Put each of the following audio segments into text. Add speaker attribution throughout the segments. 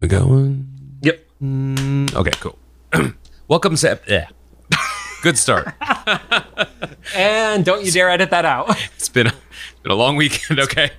Speaker 1: We got one.
Speaker 2: Yep.
Speaker 1: Mm, okay, cool. Welcome to. ep- Yeah. Good start.
Speaker 2: And don't you dare edit that out.
Speaker 1: It's been a, been a long weekend. Okay.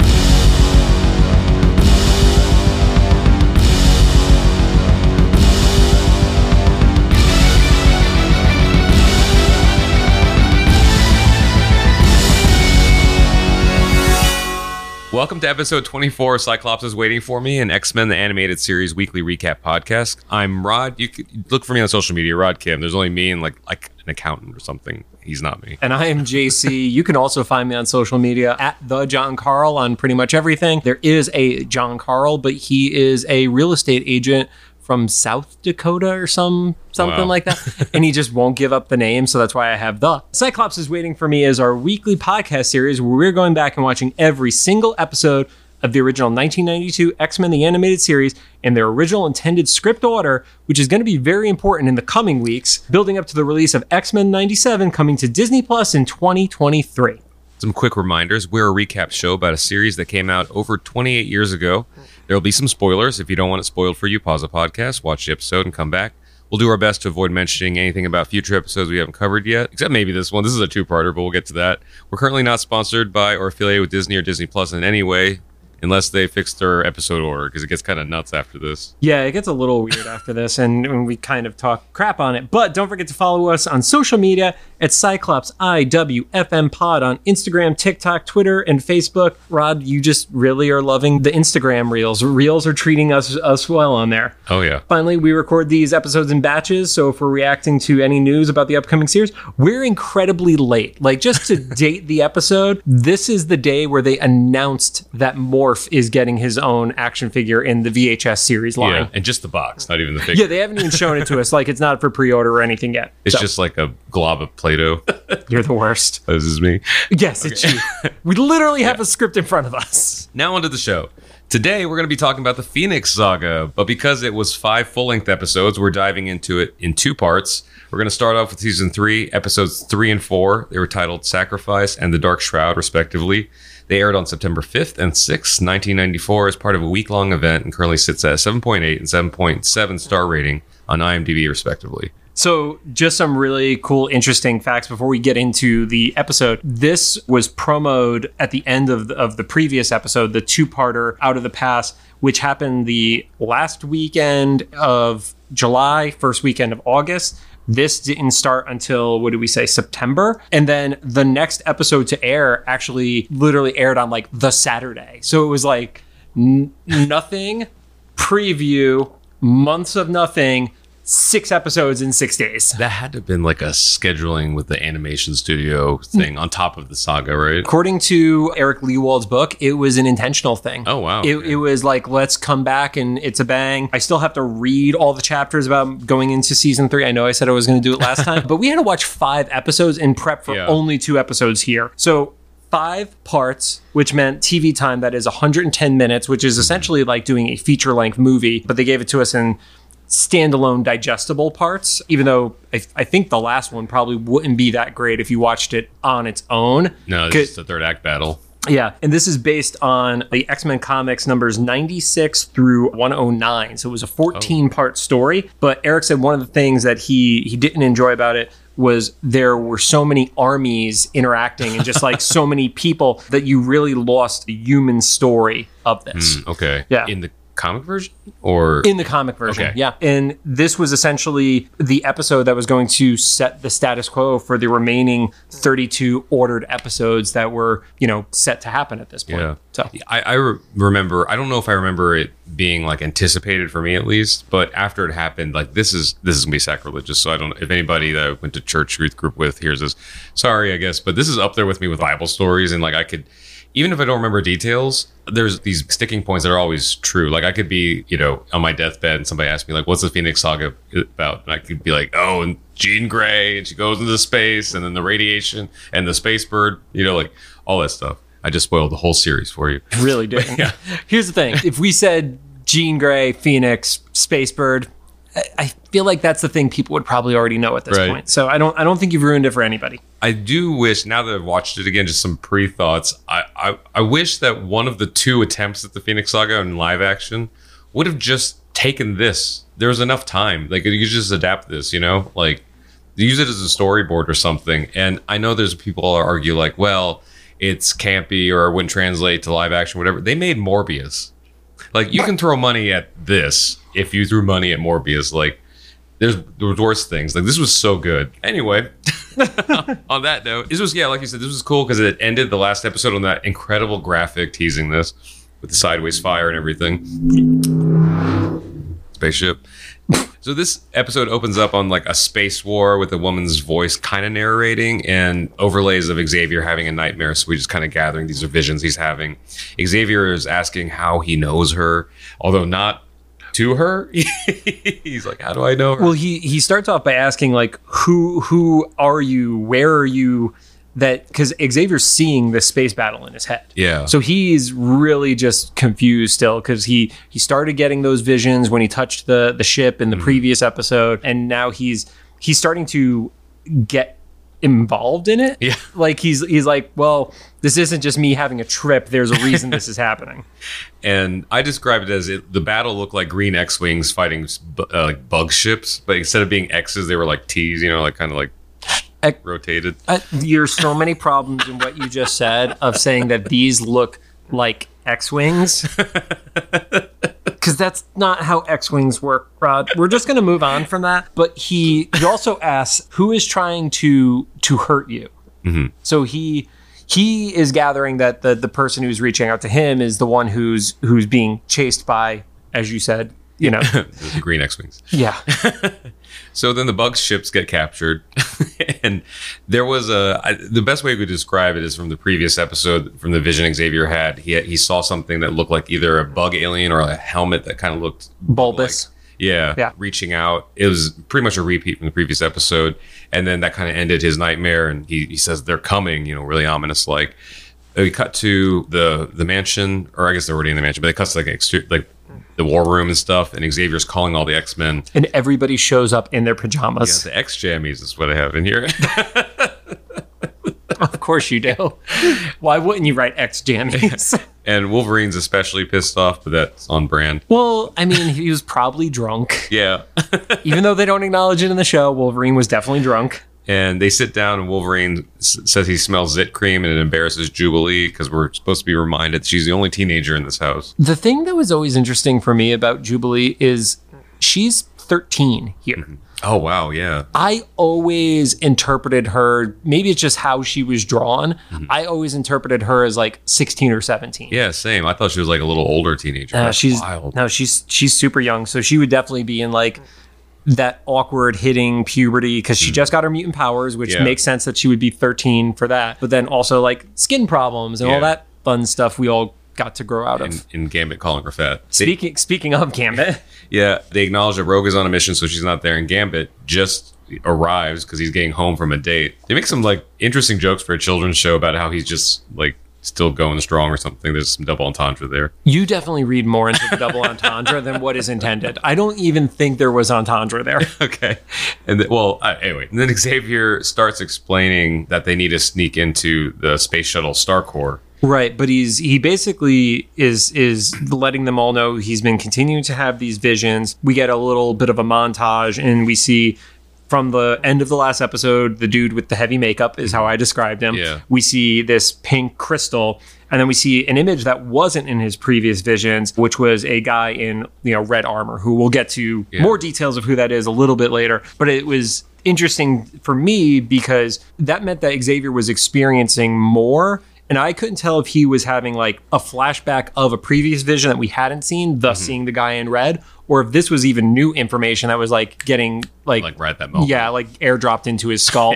Speaker 1: Welcome to episode 24 of Cyclops is Waiting for Me, an X Men the Animated Series weekly recap podcast. I'm Rod. You could look for me on social media, Rod Kim. There's only me and like like an accountant or something. He's not me.
Speaker 2: And I am JC. You can also find me on social media at the John Carl on pretty much everything. There is a John Carl, but he is a real estate agent from South Dakota or some something
Speaker 1: Wow.
Speaker 2: like that. and he just won't give up the name, so that's why I have the Cyclops is waiting for me is our weekly podcast series where we're going back and watching every single episode of the original 1992 X-Men the animated series in their original intended script order, which is going to be very important in the coming weeks, building up to the release of X-Men 97 coming to Disney Plus in 2023.
Speaker 1: Some quick reminders we're a recap show about a series that came out over 28 years ago. There will be some spoilers. If you don't want it spoiled for you, pause the podcast, watch the episode, and come back. We'll do our best to avoid mentioning anything about future episodes we haven't covered yet, except maybe this one. This is a two parter, but we'll get to that. We're currently not sponsored by or affiliated with Disney or Disney Plus in any way, unless they fix their episode order, because it gets kind of nuts after this.
Speaker 2: Yeah, it gets a little weird after this, and, and we kind of talk crap on it. But don't forget to follow us on social media at Cyclops IWFM Pod on Instagram, TikTok, Twitter, and Facebook. Rod, you just really are loving the Instagram reels. Reels are treating us us well on there.
Speaker 1: Oh, yeah.
Speaker 2: Finally, we record these episodes in batches, so if we're reacting to any news about the upcoming series, we're incredibly late. Like, just to date the episode, this is the day where they announced that Morph is getting his own action figure in the VHS series line.
Speaker 1: Yeah. And just the box, not even the figure.
Speaker 2: Yeah, they haven't even shown it to us. Like it's not for pre-order or anything yet.
Speaker 1: it's
Speaker 2: So,
Speaker 1: just like a glob of Play Doh.
Speaker 2: you're the worst.
Speaker 1: this is me.
Speaker 2: Yes, it's you. We literally have a script in front of us.
Speaker 1: Now onto the show. Today we're going to be talking about the Phoenix Saga, but because it was five full-length episodes, we're diving into it in two parts. We're going to start off with season 3, episodes 3 and 4. They were titled Sacrifice and The Dark Shroud respectively. They aired on September 5th and 6th, 1994 as part of a week-long event and currently sits at a 7.8 and 7.7 star rating on IMDb respectively.
Speaker 2: So, just some really cool, interesting facts before we get into the episode. This was promoed at the end of the, of the previous episode, the two-parter "Out of the Past," which happened the last weekend of July, first weekend of August. This didn't start until what did we say September, and then the next episode to air actually literally aired on like the Saturday. So it was like n- nothing preview, months of nothing, six episodes in six days.
Speaker 1: That had to have been like a scheduling with the animation studio thing on top of the saga, right?
Speaker 2: According to Eric Lewald's book, it was an intentional thing.
Speaker 1: Oh, wow.
Speaker 2: It, it was like, let's come back and it's a bang. I still have to read all the chapters about going into season three. I know I said I was going to do it last time, but we had to watch five episodes and prep for
Speaker 1: Yeah.
Speaker 2: only two episodes here. So, five parts, which meant TV time that is 110 minutes, which is essentially like doing a feature length movie, but they gave it to us in standalone digestible parts, even though I, I think the last one probably wouldn't be that great if you watched it on its own.
Speaker 1: No,
Speaker 2: Could-
Speaker 1: this is the third act battle.
Speaker 2: yeah, and this is based on the X Men comics numbers 96 through 109. So it was a 14
Speaker 1: Oh.
Speaker 2: part story. But Eric said one of the things that he he didn't enjoy about it was there were so many armies interacting and just like so many people that you really lost the human story of this.
Speaker 1: Mm, Okay.
Speaker 2: Yeah.
Speaker 1: In the comic version or
Speaker 2: In the comic version,
Speaker 1: Okay.
Speaker 2: yeah. And this was essentially the episode that was going to set the status quo for the remaining 32 ordered episodes that were, you know, set to happen at this point.
Speaker 1: Yeah.
Speaker 2: So
Speaker 1: I, I re- remember. I don't know if I remember it being like anticipated for me at least, but after it happened, like this is this is gonna be sacrilegious. So I don't. If anybody that I went to church youth group with hears this, sorry, I guess. But this is up there with me with Bible stories, and like I could, even if I don't remember details, there's these sticking points that are always true. Like I could be, you know, on my deathbed, and somebody asked me like, "What's the Phoenix Saga about?" And I could be like, "Oh, and Jean Grey, and she goes into space, and then the radiation, and the space bird," you know, like all that stuff. I just spoiled the whole series for you.
Speaker 2: really do. Here's the thing: if we said Jean Grey, Phoenix, Spacebird, I- I feel like that's the thing people would probably already know at this
Speaker 1: Right.
Speaker 2: point. So I don't, I don't think you've ruined it for anybody.
Speaker 1: I do wish now that I've watched it again, just some pre thoughts. I, I I wish that one of the two attempts at the Phoenix Saga in live action would have just taken this. There was enough time. Like you could just adapt this, you know, like use it as a storyboard or something. And I know there's people who argue like, well, it's campy or it wouldn't translate to live action, whatever. They made Morbius. Like you can throw money at this if you threw money at Morbius. Like there's there was worse things. Like this was so good. Anyway, on that note, this was yeah, like you said, this was cool because it ended the last episode on that incredible graphic teasing this with the sideways fire and everything. Spaceship. So this episode opens up on like a space war with a woman's voice kind of narrating and overlays of Xavier having a nightmare. So we just kind of gathering these are visions he's having. Xavier is asking how he knows her, although not to her. he's like, how do I know her?
Speaker 2: Well, he he starts off by asking like, who who are you? Where are you? That because Xavier's seeing this space battle in his head.
Speaker 1: Yeah.
Speaker 2: So he's really just confused still because he he started getting those visions when he touched the the ship
Speaker 1: Mm.
Speaker 2: in the previous episode, and now he's he's starting to get involved in it.
Speaker 1: Yeah.
Speaker 2: Like he's he's like, well, this isn't just me having a trip. There's a reason this is happening.
Speaker 1: and I described it as it, the battle looked like green X wings fighting bu- uh, like bug ships, but instead of being X's, they were like T's. You know, like kind of like
Speaker 2: Ex-
Speaker 1: rotated.
Speaker 2: Uh, there's so many problems in what you just said of saying that these look like X-wings. Because that's not how X-wings work, Rod. We're just going to move on from that. But he, he also asks, who is trying to to hurt you? So he he is gathering that the the person who's reaching out to him is the one who's who's being chased by, as you said, you know,
Speaker 1: The green X wings.
Speaker 2: yeah,
Speaker 1: So then the bug ships get captured, and there was a I, the best way we could describe it is from the previous episode from the vision Xavier had. He he saw something that looked like either a bug alien or a helmet that kind of looked
Speaker 2: bulbous.
Speaker 1: yeah,
Speaker 2: Yeah.
Speaker 1: reaching out. It was pretty much a repeat from the previous episode, and then that kind of ended his nightmare. And he, he says they're coming, you know, really ominous like. We cut to the the mansion, or I guess they're already in the mansion, but it cuts to like exter- like the war room and stuff. And Xavier's calling all the X Men.
Speaker 2: and everybody shows up in their pajamas.
Speaker 1: The X jammies is what I have in here.
Speaker 2: Of course you do. Why wouldn't you write X jammies?
Speaker 1: and Wolverine's especially pissed off, but that's on brand.
Speaker 2: well, I mean, he was probably drunk.
Speaker 1: Yeah.
Speaker 2: Even though they don't acknowledge it in the show, Wolverine was definitely drunk.
Speaker 1: and they sit down, and Wolverine s- says he smells zit cream, and it embarrasses Jubilee because we're supposed to be reminded she's the only teenager in this house.
Speaker 2: The thing that was always interesting for me about Jubilee is she's 13 here.
Speaker 1: Oh wow, yeah.
Speaker 2: I always interpreted her, maybe it's just how she was drawn. I always interpreted her as like 16 or 17.
Speaker 1: Yeah, same. I thought she was like a little older teenager.
Speaker 2: Uh,
Speaker 1: That's
Speaker 2: she's
Speaker 1: wild.
Speaker 2: no, she's she's super young, so she would definitely be in like that awkward hitting puberty because she just got her mutant powers, which
Speaker 1: Hmm. Yeah.
Speaker 2: makes sense that she would be 13 for that. But then also like skin problems and
Speaker 1: Yeah.
Speaker 2: all that fun stuff we all got to grow out of.
Speaker 1: And, and Gambit calling her fat. They-
Speaker 2: speaking speaking of Gambit,
Speaker 1: yeah, they acknowledge that Rogue is on a mission, so she's not there, and Gambit just arrives because he's getting home from a date. They make some like interesting jokes for a children's show about how he's just like still going strong or something. There's some double entendre there.
Speaker 2: you definitely read more into the double entendre than what is intended. I don't even think there was entendre there.
Speaker 1: okay. And th- well, uh, anyway, and then Xavier starts explaining that they need to sneak into the space shuttle Star Core.
Speaker 2: Right, but he's he basically is is letting them all know he's been continuing to have these visions. We get a little bit of a montage and we see from the end of the last episode, the dude with the heavy makeup is how I described him.
Speaker 1: Yeah.
Speaker 2: We see this pink crystal and then we see an image that wasn't in his previous visions, which was a guy in, you know, red armor who we'll get to more details of who that is a little bit later, but it was interesting for me because that meant that Xavier was experiencing more. And I couldn't tell if he was having like a flashback of a previous vision that we hadn't seen, thus seeing the guy in red, or if this was even new information that was like getting like,
Speaker 1: Like right at that moment.
Speaker 2: yeah, like airdropped into his skull.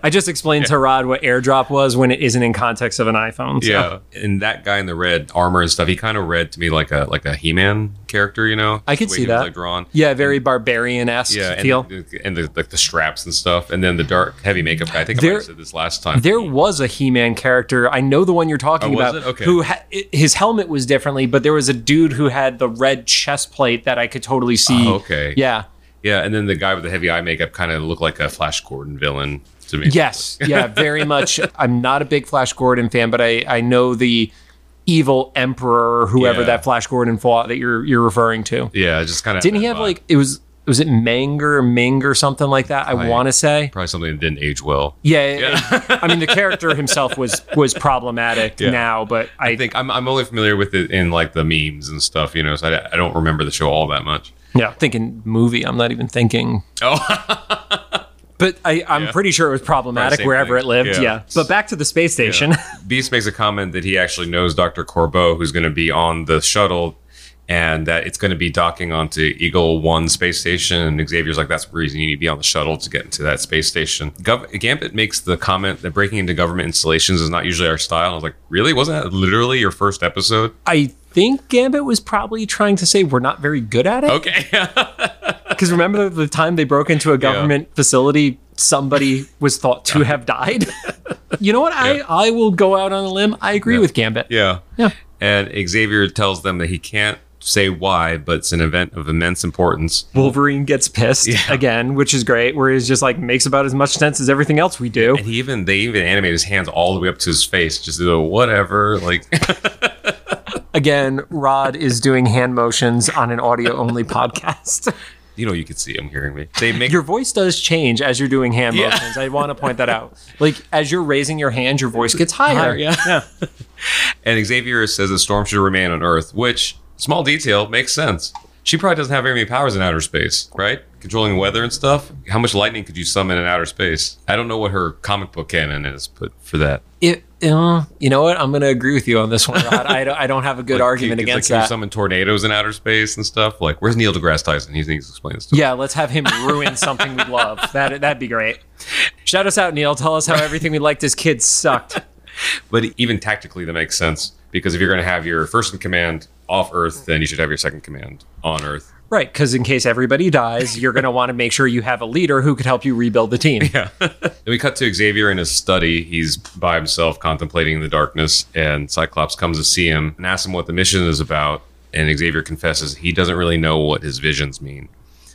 Speaker 2: I just explained to Rod what airdrop was when it isn't in context of an iPhone. so.
Speaker 1: Yeah. And that guy in the red armor and stuff, he kind of read to me like a like a He-Man character, you know?
Speaker 2: I could
Speaker 1: The way
Speaker 2: see
Speaker 1: he was,
Speaker 2: that.
Speaker 1: like, drawn.
Speaker 2: Yeah, very barbarian esque
Speaker 1: Yeah, and,
Speaker 2: feel.
Speaker 1: and the, like the straps and stuff, and then the dark heavy makeup guy. I think I might
Speaker 2: There-
Speaker 1: have said this last time.
Speaker 2: There was a He-Man character. I know the one you're talking
Speaker 1: Oh, was
Speaker 2: about.
Speaker 1: it? Okay.
Speaker 2: Who ha- his helmet was differently, but there was a dude who had the red chest plate that I could totally see.
Speaker 1: Oh, okay.
Speaker 2: Yeah.
Speaker 1: yeah, and then the guy with the heavy eye makeup kind of looked like a Flash Gordon villain to me.
Speaker 2: Yes. Yeah. Very much. I'm not a big Flash Gordon fan, but I I know the evil emperor, whoever
Speaker 1: Yeah.
Speaker 2: that Flash Gordon fought that you're you're referring to.
Speaker 1: Yeah, just kind of
Speaker 2: Didn't he have like it was was it Manger, Ming or something like that? I
Speaker 1: Right.
Speaker 2: want to say.
Speaker 1: probably something that didn't age well?
Speaker 2: Yeah, it- it- I mean the character himself was was problematic
Speaker 1: Yeah.
Speaker 2: now, but I,
Speaker 1: I think I'm, I'm only familiar with it in like the memes and stuff, you know. So I, I don't remember the show all that much.
Speaker 2: yeah thinking movie. I'm not even thinking
Speaker 1: Oh,
Speaker 2: But I, I'm
Speaker 1: Yeah.
Speaker 2: pretty sure it was problematic
Speaker 1: Probably same
Speaker 2: wherever
Speaker 1: thing.
Speaker 2: it lived. Yeah.
Speaker 1: Yeah.
Speaker 2: But back to the space station.
Speaker 1: Beast makes a comment that he actually knows Dr. Corbeau, who's going to be on the shuttle, and that it's going to be docking onto Eagle One space station. And Xavier's like, "That's the reason you need to be on the shuttle to get into that space station." Gov- Gambit makes the comment that breaking into government installations is not usually our style. I was like, "Really? Wasn't that literally your first episode?"
Speaker 2: I think Gambit was probably trying to say we're not very good at it.
Speaker 1: Okay.
Speaker 2: Because remember the time they broke into a government facility, somebody was thought to have died. you know what?
Speaker 1: Yeah.
Speaker 2: I, I will go out on a limb. I agree with Gambit.
Speaker 1: Yeah.
Speaker 2: Yeah.
Speaker 1: And Xavier tells them that he can't say why, but it's an event of immense importance.
Speaker 2: Wolverine gets pissed again, which is great, where he's just like makes about as much sense as everything else we do.
Speaker 1: And he even they even animate his hands all the way up to his face, just do whatever. Like
Speaker 2: Again, Rod is doing hand motions on an audio only podcast.
Speaker 1: you know, you could see him hearing me. They make
Speaker 2: Your voice does change as you're doing hand
Speaker 1: Yeah.
Speaker 2: motions. I want to point that out. Like as you're raising your hand, your voice gets higher.
Speaker 1: yeah. and Xavier says the storm should remain on Earth, which small detail makes sense. She probably doesn't have very many powers in outer space, right? Controlling weather and stuff. How much lightning could you summon in outer space? I don't know what her comic book canon is, but for that,
Speaker 2: It, uh, you know what? I'm going to agree with you on this one, Rod. I don't, I don't have a good argument
Speaker 1: It's like,
Speaker 2: against
Speaker 1: can you
Speaker 2: that.
Speaker 1: summon tornadoes in outer space and stuff. Like, where's Neil deGrasse Tyson? He needs to explain this. To
Speaker 2: yeah, let's have him ruin something we love. That that'd be great. Shout us out, Neil. Tell us how everything we liked as kids sucked.
Speaker 1: But even tactically, that makes sense because if you're going to have your first in command off Earth, then you should have your second command on Earth.
Speaker 2: Right, because in case everybody dies, you're going to want to make sure you have a leader who could help you rebuild the team.
Speaker 1: Then we cut to Xavier in his study. He's by himself contemplating the darkness, and Cyclops comes to see him and asks him what the mission is about. And Xavier confesses he doesn't really know what his visions mean.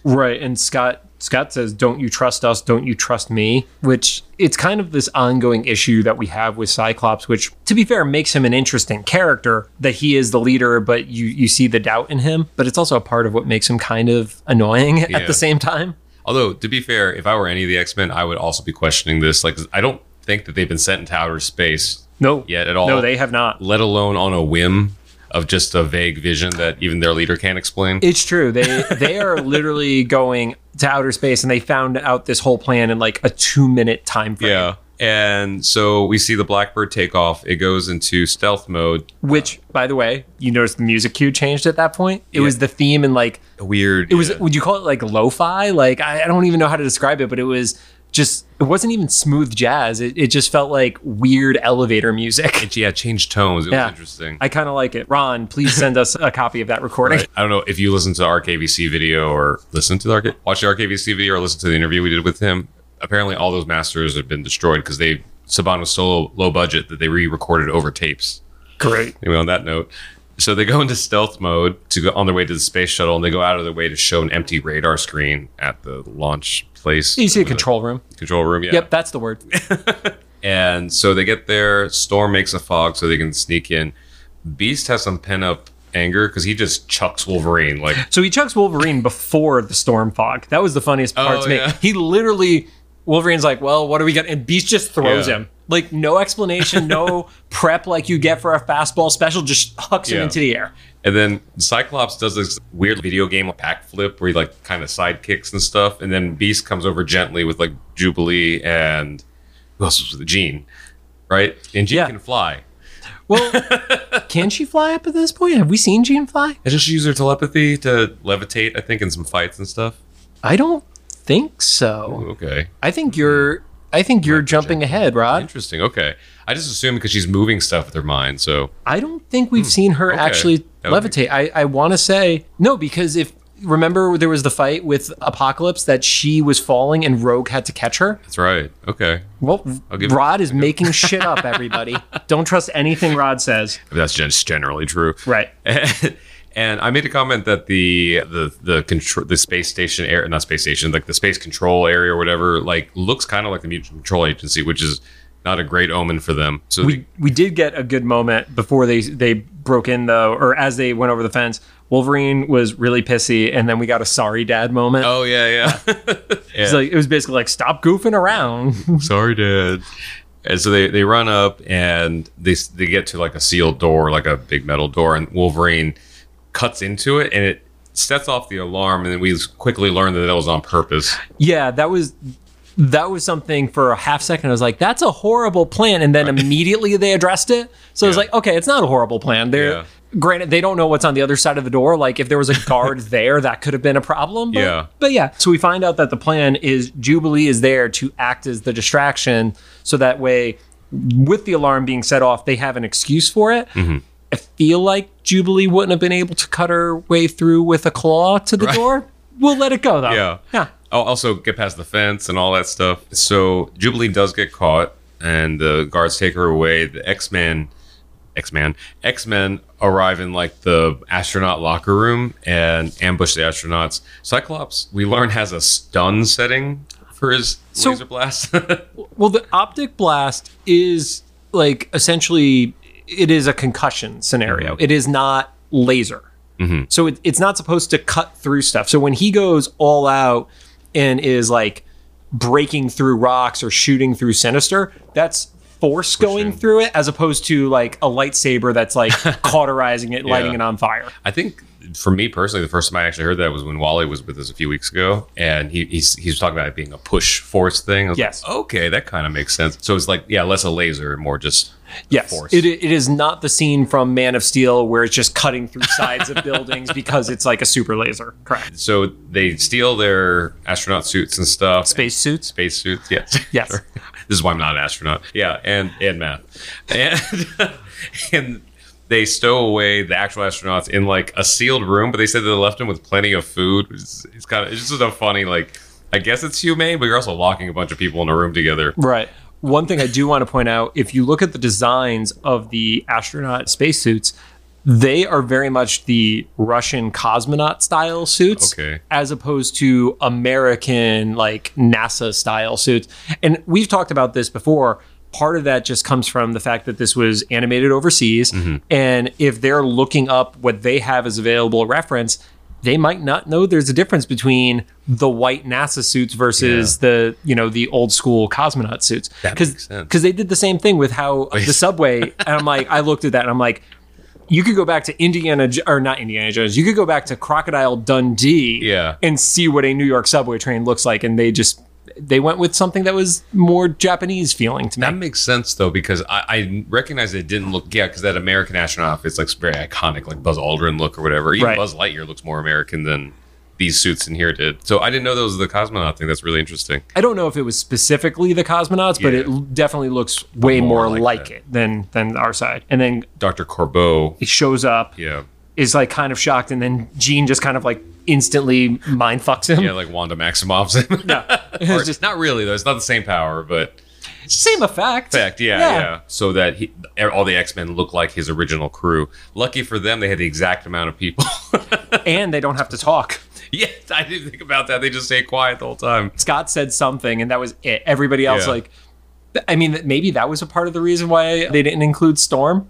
Speaker 2: Right, and Scott Scott says, "Don't you trust us? Don't you trust me?" Which it's kind of this ongoing issue that we have with Cyclops, which to be fair makes him an interesting character that he is the leader, but you you see the doubt in him, but it's also a part of what makes him kind of annoying at
Speaker 1: Yeah.
Speaker 2: the same time.
Speaker 1: Although, to be fair, if I were any of the X Men, I would also be questioning this. Like, I don't think that they've been sent into outer space
Speaker 2: No.
Speaker 1: yet at all.
Speaker 2: No, they have not.
Speaker 1: let alone on a whim of just a vague vision that even their leader can't explain.
Speaker 2: It's true. They they are literally going to outer space and they found out this whole plan in like a 2-minute time frame.
Speaker 1: yeah. And so we see the Blackbird take off. It goes into stealth mode.
Speaker 2: Which by the way, you noticed the music cue changed at that point? It
Speaker 1: Yeah.
Speaker 2: was the theme in like
Speaker 1: Weird.
Speaker 2: it was would you call it like lo-fi like I, I don't even know how to describe it but it was just it wasn't even smooth jazz it, it just felt like weird elevator music
Speaker 1: yeah, changed tones. It
Speaker 2: Yeah.
Speaker 1: was interesting.
Speaker 2: i kind of like it ron please send us a copy of that recording
Speaker 1: I don't know if you listen to the RKVC video or listen to the RK, watch the RKVC video or listen to the interview we did with him. Apparently, all those masters have been destroyed because they Saban was so low, low budget that they re-recorded over tapes.
Speaker 2: great
Speaker 1: Anyway, on that note, so they go into stealth mode to go on their way to the space shuttle, and they go out of their way to show an empty radar screen at the launch place.
Speaker 2: you see a
Speaker 1: Was it
Speaker 2: control room
Speaker 1: control room. Yeah.
Speaker 2: yep that's the word
Speaker 1: And so they get there. Storm makes a fog so they can sneak in. Beast has some pent up anger because he just chucks Wolverine like
Speaker 2: so he chucks wolverine before the storm fog that was the funniest part
Speaker 1: Oh,
Speaker 2: to me
Speaker 1: yeah.
Speaker 2: he literally wolverine's like well what do we got and beast just throws
Speaker 1: Yeah.
Speaker 2: him like no explanation no prep like you get for a fastball special just hucks him
Speaker 1: Yeah.
Speaker 2: into the air
Speaker 1: And then Cyclops does this weird video game backflip where he like kind of sidekicks and stuff. And then Beast comes over gently with like Jubilee and who else was with it? Jean, right? And Jean
Speaker 2: Yeah.
Speaker 1: can fly.
Speaker 2: Well, can she fly up at this point? Have we seen Jean fly?
Speaker 1: Doesn't she use her telepathy to levitate? I think in some fights and stuff.
Speaker 2: I don't think so.
Speaker 1: Okay,
Speaker 2: I think you're. I think you're jumping ahead, Rod.
Speaker 1: interesting. Okay, I just assumed because she's moving stuff with her mind. So
Speaker 2: I don't think we've seen her
Speaker 1: Hmm. okay.
Speaker 2: actually
Speaker 1: That would
Speaker 2: levitate. I, I want to say no because if remember there was the fight with Apocalypse that she was falling and Rogue had to catch her.
Speaker 1: that's right. Okay,
Speaker 2: Well,
Speaker 1: give-
Speaker 2: Rod is making shit up. Everybody, don't trust anything Rod says.
Speaker 1: that's just generally true.
Speaker 2: Right.
Speaker 1: and I made a comment that the the the control the space station area not space station like the space control area or whatever like looks kind of like the mutant control agency, which is not a great omen for them. So
Speaker 2: we we did get a good moment before they they broke in though, or as they went over the fence. Wolverine was really pissy, and then we got a sorry dad moment.
Speaker 1: oh yeah, yeah. yeah.
Speaker 2: It's like it was basically like stop goofing around.
Speaker 1: sorry, Dad. And so they, they run up and they they get to like a sealed door, like a big metal door, and Wolverine cuts into it and it sets off the alarm. And then we quickly learn that that was on purpose.
Speaker 2: yeah, that was that was something for a half second. I was like, that's a horrible plan, and then immediately they addressed it. So I was
Speaker 1: Yeah.
Speaker 2: like, okay, it's not a horrible plan. They're
Speaker 1: Yeah.
Speaker 2: granted they don't know what's on the other side of the door. Like if there was a guard there, that could have been a problem. But,
Speaker 1: Yeah.
Speaker 2: but yeah. So we find out that the plan is Jubilee is there to act as the distraction, so that way, with the alarm being set off, they have an excuse for it.
Speaker 1: Mm-hmm.
Speaker 2: I feel like Jubilee wouldn't have been able to cut her way through with a claw to the door. We'll let it go though.
Speaker 1: Yeah.
Speaker 2: Yeah.
Speaker 1: Oh, also get past the fence and all that stuff. So Jubilee does get caught, and the guards take her away. The X Men, X Men, X Men arrive in like the astronaut locker room and ambush the astronauts. Cyclops, we learn, has a stun setting for his
Speaker 2: So-
Speaker 1: laser blast.
Speaker 2: Well, the optic blast is like essentially it is a concussion scenario. It is not laser, so it, it's not supposed to cut through stuff. So when he goes all out and is like breaking through rocks or shooting through Sinister, that's force going through it as opposed to like a lightsaber that's like cauterizing it, lighting
Speaker 1: Yeah.
Speaker 2: it on fire.
Speaker 1: I think for me personally, the first time I actually heard that was when Wally was with us a few weeks ago, and he he's, he was talking about it being a push force thing. I was
Speaker 2: Yes.
Speaker 1: like, okay, that kind of makes sense. So it's like, yeah, less a laser and more just
Speaker 2: Yes,
Speaker 1: force.
Speaker 2: It, it is not the scene from Man of Steel where it's just cutting through sides of buildings because it's like a super laser. Correct.
Speaker 1: so they steal their astronaut suits and stuff.
Speaker 2: Space suits.
Speaker 1: Space suits, yes.
Speaker 2: Yes.
Speaker 1: Sure. This is why I'm not an astronaut. Yeah, and and math. And and they stow away the actual astronauts in like a sealed room, but they said they left them with plenty of food. It's, it's kind of it's just a funny like I guess it's humane, but you're also locking a bunch of people in a room together.
Speaker 2: Right. One thing I do want to point out if you look at the designs of the astronaut spacesuits, they are very much the Russian cosmonaut style suits
Speaker 1: Okay.
Speaker 2: as opposed to American, like NASA style suits. And we've talked about this before. Part of that just comes from the fact that this was animated overseas.
Speaker 1: Mm-hmm.
Speaker 2: And if they're looking up what they have as available reference, they might not know there's a difference between the white NASA suits versus the you know the old school cosmonaut suits
Speaker 1: That makes
Speaker 2: because
Speaker 1: sense.
Speaker 2: because they did the same thing with how the subway and I'm like I looked at that and I'm like you could go back to Indiana Jo- or not Indiana Jones you could go back to Crocodile Dundee
Speaker 1: Yeah.
Speaker 2: and see what a New York subway train looks like and they just they went with something that was more Japanese feeling to me
Speaker 1: That makes sense though because I, I recognize it didn't look yeah because that American astronaut outfit's like very iconic like Buzz Aldrin look or whatever. Even
Speaker 2: Right.
Speaker 1: Buzz Lightyear looks more American than these suits in here did. So I didn't know those were the cosmonaut thing. That's really interesting.
Speaker 2: I don't know if it was specifically the cosmonauts but
Speaker 1: Yeah.
Speaker 2: it l- definitely looks way
Speaker 1: More
Speaker 2: more,
Speaker 1: like
Speaker 2: like
Speaker 1: that.
Speaker 2: it than than our side and then
Speaker 1: Dr. Corbeau.
Speaker 2: he shows up
Speaker 1: Yeah.
Speaker 2: is like kind of shocked, and then Gene just kind of like instantly mind fucks him.
Speaker 1: Yeah, like Wanda Maximoff's.
Speaker 2: Yeah.
Speaker 1: Or-
Speaker 2: it's just
Speaker 1: not really though. It's not the same power, but
Speaker 2: same effect.
Speaker 1: fact, yeah, yeah. So that he, er, all the X Men look like his original crew. Lucky for them, they had the exact amount of people.
Speaker 2: And they don't have to talk.
Speaker 1: yes, I didn't think about that. They just stay quiet the whole time.
Speaker 2: Scott said something, and that was it. Everybody else
Speaker 1: Yeah.
Speaker 2: like. I mean, maybe that was a part of the reason why they didn't include Storm.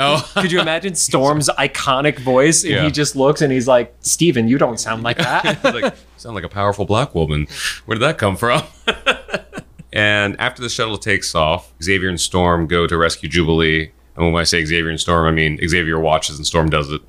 Speaker 1: Oh,
Speaker 2: Could you imagine Storm's iconic voice? And
Speaker 1: Yeah.
Speaker 2: he just looks and he's like, Steven, you don't sound like that.
Speaker 1: It's like, sound like a powerful black woman. Where did that come from? and after the shuttle takes off, Xavier and Storm go to rescue Jubilee. And when I say Xavier and Storm, I mean Xavier watches and Storm does it.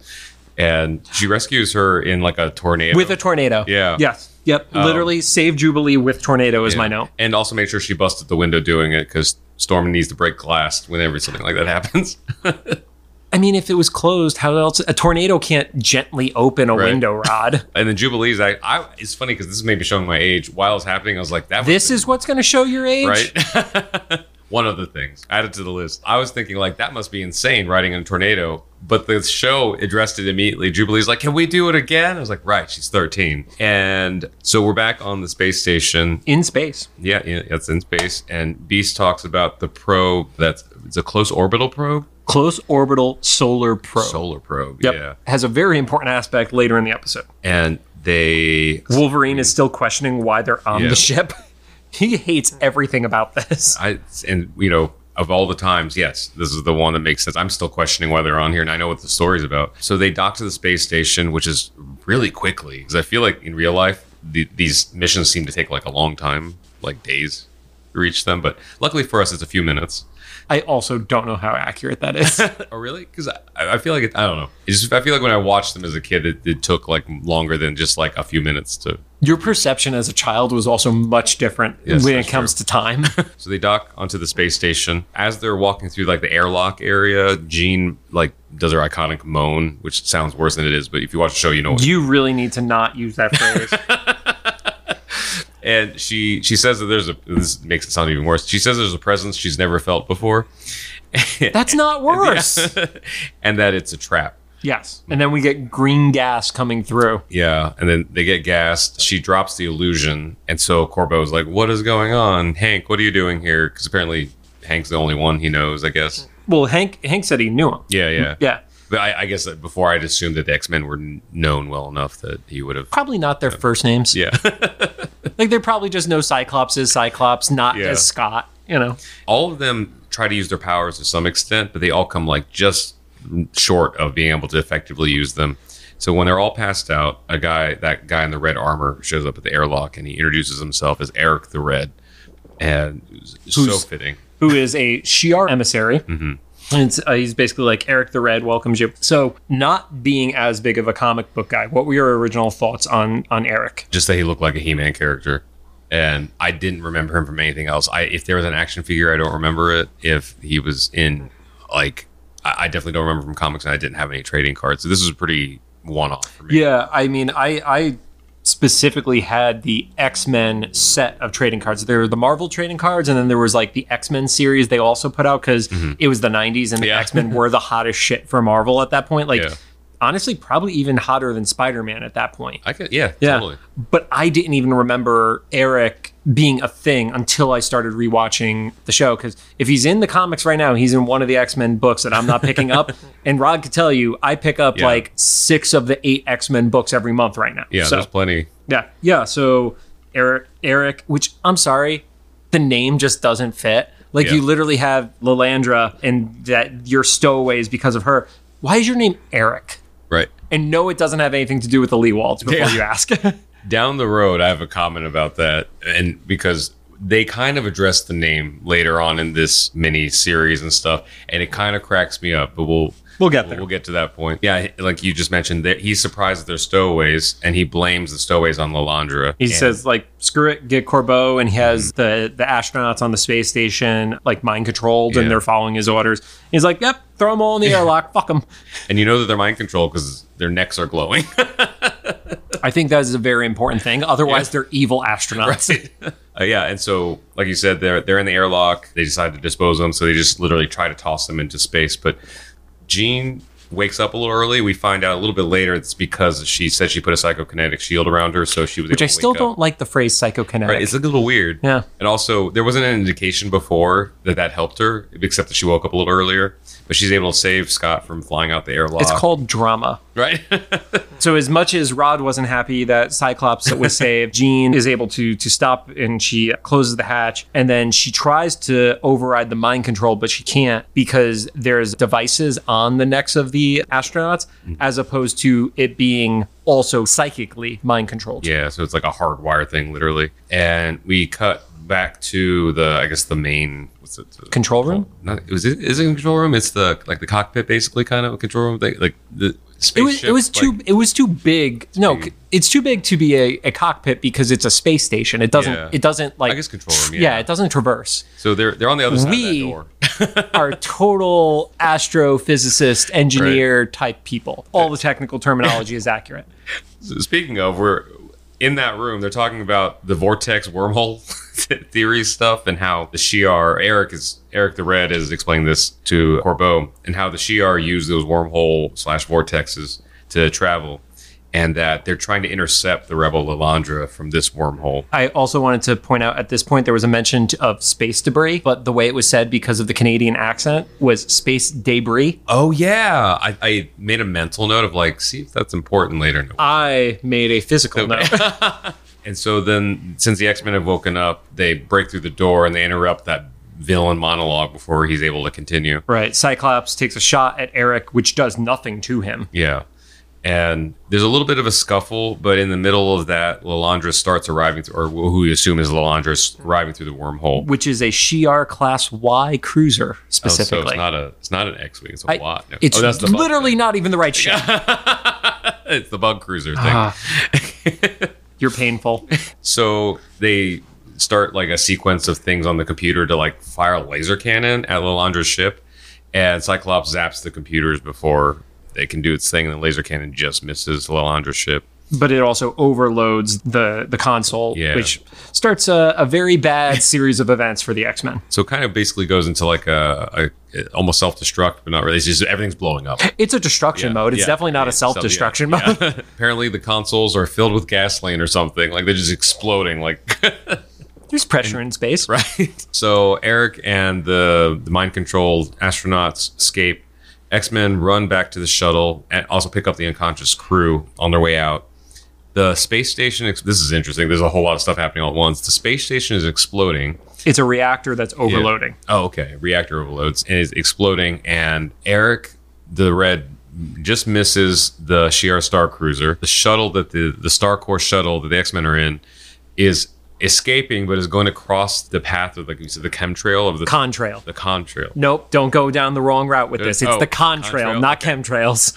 Speaker 1: And she rescues her in like a tornado.
Speaker 2: with a tornado.
Speaker 1: Yeah. Oh.
Speaker 2: Yes. Yep. Literally, save Jubilee with tornado is my note.
Speaker 1: And also make sure she busted the window doing it because Storm needs to break glass whenever something like that happens.
Speaker 2: I mean, if it was closed, how else? A tornado can't gently open a
Speaker 1: Right.
Speaker 2: window rod.
Speaker 1: and then Jubilee's, I, I it's funny because this is maybe showing my age. While it's happening, I was like, that
Speaker 2: this
Speaker 1: was,
Speaker 2: is what's going to show your age.
Speaker 1: right. One of the things added to the list, I was thinking like that must be insane riding in a tornado. But the show addressed it immediately. Jubilee's like, "Can we do it again?" I was like, "Right, she's 13." And so we're back on the space station,
Speaker 2: In space.
Speaker 1: Yeah, yeah, it's in space. And Beast talks about the probe that's it's a close orbital probe,
Speaker 2: Close orbital solar probe.
Speaker 1: solar probe.
Speaker 2: Yep.
Speaker 1: Yeah,
Speaker 2: Has a very important aspect later in the episode.
Speaker 1: and they
Speaker 2: Wolverine is still questioning why they're on
Speaker 1: Yeah.
Speaker 2: the ship. He hates everything about this.
Speaker 1: I and you know of all the times, yes, this is the one that makes sense. I'm still questioning why they're on here, and I know what the story's about. So they dock to the space station, which is really quickly because I feel like in real life the, these missions seem to take like a long time, like days, to reach them. But luckily for us, it's a few minutes.
Speaker 2: I also don't know how accurate that is.
Speaker 1: Oh, really? Because I, I feel like it, I don't know. It's just, I feel like when I watched them as a kid, it, it took like longer than just like a few minutes to
Speaker 2: Your perception as a child was also much different
Speaker 1: Yes,
Speaker 2: when it
Speaker 1: that's
Speaker 2: comes to time.
Speaker 1: So they dock onto the space station. As they're walking through like the airlock area, Jean like does her iconic moan, which sounds worse than it is, but if you watch the show, you know. It.
Speaker 2: you really need to not use that phrase.
Speaker 1: And she she says that there's a this makes it sound even worse. She says there's a presence she's never felt before,
Speaker 2: That's not worse.
Speaker 1: and that it's a trap.
Speaker 2: Yes. And then we get green gas coming through.
Speaker 1: Yeah, and then they get gassed. She drops the illusion, and so Corbo's like, "What is going on, Hank? What are you doing here?" Because apparently Hank's the only one he knows, I guess.
Speaker 2: Well, Hank Hank said he knew him.
Speaker 1: Yeah, yeah.
Speaker 2: Yeah.
Speaker 1: But I, I guess that before I'd assumed that the X Men were n- known well enough that he would have.
Speaker 2: Probably not their first names.
Speaker 1: Yeah.
Speaker 2: Like they probably just know Cyclops is Cyclops, not
Speaker 1: Yeah.
Speaker 2: as Scott, you know.
Speaker 1: all of them try to use their powers to some extent, but they all come like just short of being able to effectively use them. So when they're all passed out, a guy, that guy in the red armor, shows up at the airlock and he introduces himself as Eric the Red, and it's so
Speaker 2: Who's-
Speaker 1: fitting.
Speaker 2: who is a Shi'ar emissary.
Speaker 1: Mm-hmm.
Speaker 2: And it's, uh, he's basically like Eric the Red welcomes you. So, not being as big of a comic book guy, what were your original thoughts on on Eric?
Speaker 1: Just that he looked like a He-Man character, and I didn't remember him from anything else. I if there was an action figure, I don't remember it. If he was in like, I, I definitely don't remember from comics, and I didn't have any trading cards. So this was pretty one-off for me.
Speaker 2: Yeah, I mean, I I specifically had the X Men set of trading cards. There were the Marvel trading cards, and then there was like the X Men series they also put out because it was the '90s, and
Speaker 1: Mm-hmm.
Speaker 2: the
Speaker 1: Yeah.
Speaker 2: X Men were the hottest shit for Marvel at that point. Like,
Speaker 1: Yeah.
Speaker 2: honestly, probably even hotter than Spider Man at that point.
Speaker 1: I could, yeah,
Speaker 2: Yeah.
Speaker 1: totally.
Speaker 2: But I didn't even remember Eric being a thing until I started rewatching the show. Because if he's in the comics right now, he's in one of the X Men books that I'm not picking up. And Rod could tell you, I pick up
Speaker 1: Yeah.
Speaker 2: like six of the eight X Men books every month right now.
Speaker 1: Yeah,
Speaker 2: So,
Speaker 1: there's plenty.
Speaker 2: yeah. Yeah. So Eric, Eric, which I'm sorry, the name just doesn't fit. Like
Speaker 1: Yeah.
Speaker 2: you literally have Lalandra and that your stowaway is because of her. Why is your name Eric?
Speaker 1: Right.
Speaker 2: And no, it doesn't have anything to do with the Lee Waltz before
Speaker 1: Yeah.
Speaker 2: you ask.
Speaker 1: Down the road, I have a comment about that. And because they kind of address the name later on in this mini series and stuff, and it kind of cracks me up, but we'll.
Speaker 2: We'll get there.
Speaker 1: We'll get to that point. Yeah, like you just mentioned, that he's surprised that they're stowaways, and he blames the stowaways on Lalandra.
Speaker 2: He
Speaker 1: And-
Speaker 2: says like screw it, get Corbeau, and he has
Speaker 1: Mm-hmm.
Speaker 2: the the astronauts on the space station like mind controlled,
Speaker 1: Yeah.
Speaker 2: and they're following his orders. He's like, yep, throw them all in the airlock, fuck them.
Speaker 1: and you know that they're mind controlled because their necks are glowing.
Speaker 2: I think that is a very important thing. Otherwise, they're evil astronauts.
Speaker 1: Uh, yeah, and so like you said, they're they're in the airlock. They decide to dispose of them, so they just literally try to toss them into space. But Jean wakes up a little early. We find out a little bit later it's because she said she put a psychokinetic shield around her, so she was.
Speaker 2: Which I still don't like the phrase psychokinetic.
Speaker 1: Right, it's a little weird.
Speaker 2: Yeah.
Speaker 1: and also there wasn't an indication before that that helped her, except that she woke up a little earlier. But she's able to save Scott from flying out the airlock.
Speaker 2: It's called drama.
Speaker 1: right.
Speaker 2: So as much as Rod wasn't happy that Cyclops was saved, Jean is able to to stop and she closes the hatch and then she tries to override the mind control, but she can't because there's devices on the necks of the astronauts
Speaker 1: Mm-hmm.
Speaker 2: as opposed to it being also psychically mind controlled.
Speaker 1: Yeah, so it's like a hardwire thing, literally. And we cut back to the, I guess, the main. What's it? the-
Speaker 2: Control room?
Speaker 1: Not, it was it, is it a control room? It's the like the cockpit, basically, kind of a control room thing, like the
Speaker 2: It
Speaker 1: spaceship.
Speaker 2: was, it was too
Speaker 1: like-
Speaker 2: it was too big. No,
Speaker 1: big.
Speaker 2: c- it's too big to be a, a cockpit because it's a space station. It doesn't
Speaker 1: Yeah.
Speaker 2: it doesn't like
Speaker 1: I guess control room,
Speaker 2: tr-
Speaker 1: yeah.
Speaker 2: yeah, it doesn't traverse.
Speaker 1: so they're they're on the other side of that
Speaker 2: We-
Speaker 1: door.
Speaker 2: are total astrophysicist, engineer type people. All the technical terminology is accurate.
Speaker 1: So speaking of, we're in that room. They're talking about the vortex wormhole theory stuff and how the Shi'ar. Eric is Eric the Red is explaining this to Corbeau and how the Shi'ar use those wormhole slash vortexes to travel, and that they're trying to intercept the rebel Lalandra from this wormhole.
Speaker 2: I also wanted to point out at this point there was a mention of space debris, but the way it was said because of the Canadian accent was space debris.
Speaker 1: Oh yeah, I, I made a mental note of like, see if that's important later. No.
Speaker 2: I made a physical note.
Speaker 1: And so then, since the X Men have woken up, they break through the door and they interrupt that villain monologue before he's able to continue.
Speaker 2: Right. Cyclops takes a shot at Eric, which does nothing to him.
Speaker 1: Yeah. And there's a little bit of a scuffle, but in the middle of that, Lalandra starts arriving, through, or who we assume is Lalandra's arriving through the wormhole.
Speaker 2: Which is a Shi'ar class Y cruiser specifically.
Speaker 1: Oh, so it's not a, it's not an X-wing. It's a
Speaker 2: I-
Speaker 1: lot. No.
Speaker 2: It's
Speaker 1: oh, that's the bug
Speaker 2: literally not even the right ship.
Speaker 1: thing. it's the bug cruiser thing.
Speaker 2: Ah. You're painful.
Speaker 1: So they start like a sequence of things on the computer to like fire a laser cannon at Lalandra's ship, and Cyclops zaps the computers before they can do its thing, and the laser cannon just misses Lalandra's ship.
Speaker 2: But it also overloads the, the console,
Speaker 1: Yeah.
Speaker 2: which starts a, a very bad series of events for the X Men.
Speaker 1: So it kind of basically goes into like a, a almost self destruct, but not really. It's just everything's blowing up.
Speaker 2: It's a destruction
Speaker 1: Yeah,
Speaker 2: mode. It's
Speaker 1: yeah,
Speaker 2: definitely not
Speaker 1: yeah,
Speaker 2: a self destruction
Speaker 1: yeah,
Speaker 2: mode.
Speaker 1: yeah. Apparently, the consoles are filled with gasoline or something. Like they're just exploding. Like
Speaker 2: There's pressure in space.
Speaker 1: right? So Eric and the, the mind controlled astronauts escape. X Men run back to the shuttle and also pick up the unconscious crew on their way out. The space station, ex- this is interesting. There's a whole lot of stuff happening all at once. The space station is exploding.
Speaker 2: It's a reactor that's overloading.
Speaker 1: Oh, okay. Reactor overloads and is exploding. And Eric the Red just misses the Shi'ar Star Cruiser. The shuttle that the, the Star Corps shuttle that the X Men are in is escaping, but is going to cross the path of like you said, the chemtrail of the
Speaker 2: Contrail.
Speaker 1: the contrail.
Speaker 2: Nope, don't go down the wrong route with this. It's
Speaker 1: oh,
Speaker 2: the contrail,
Speaker 1: contrail,
Speaker 2: not chemtrails.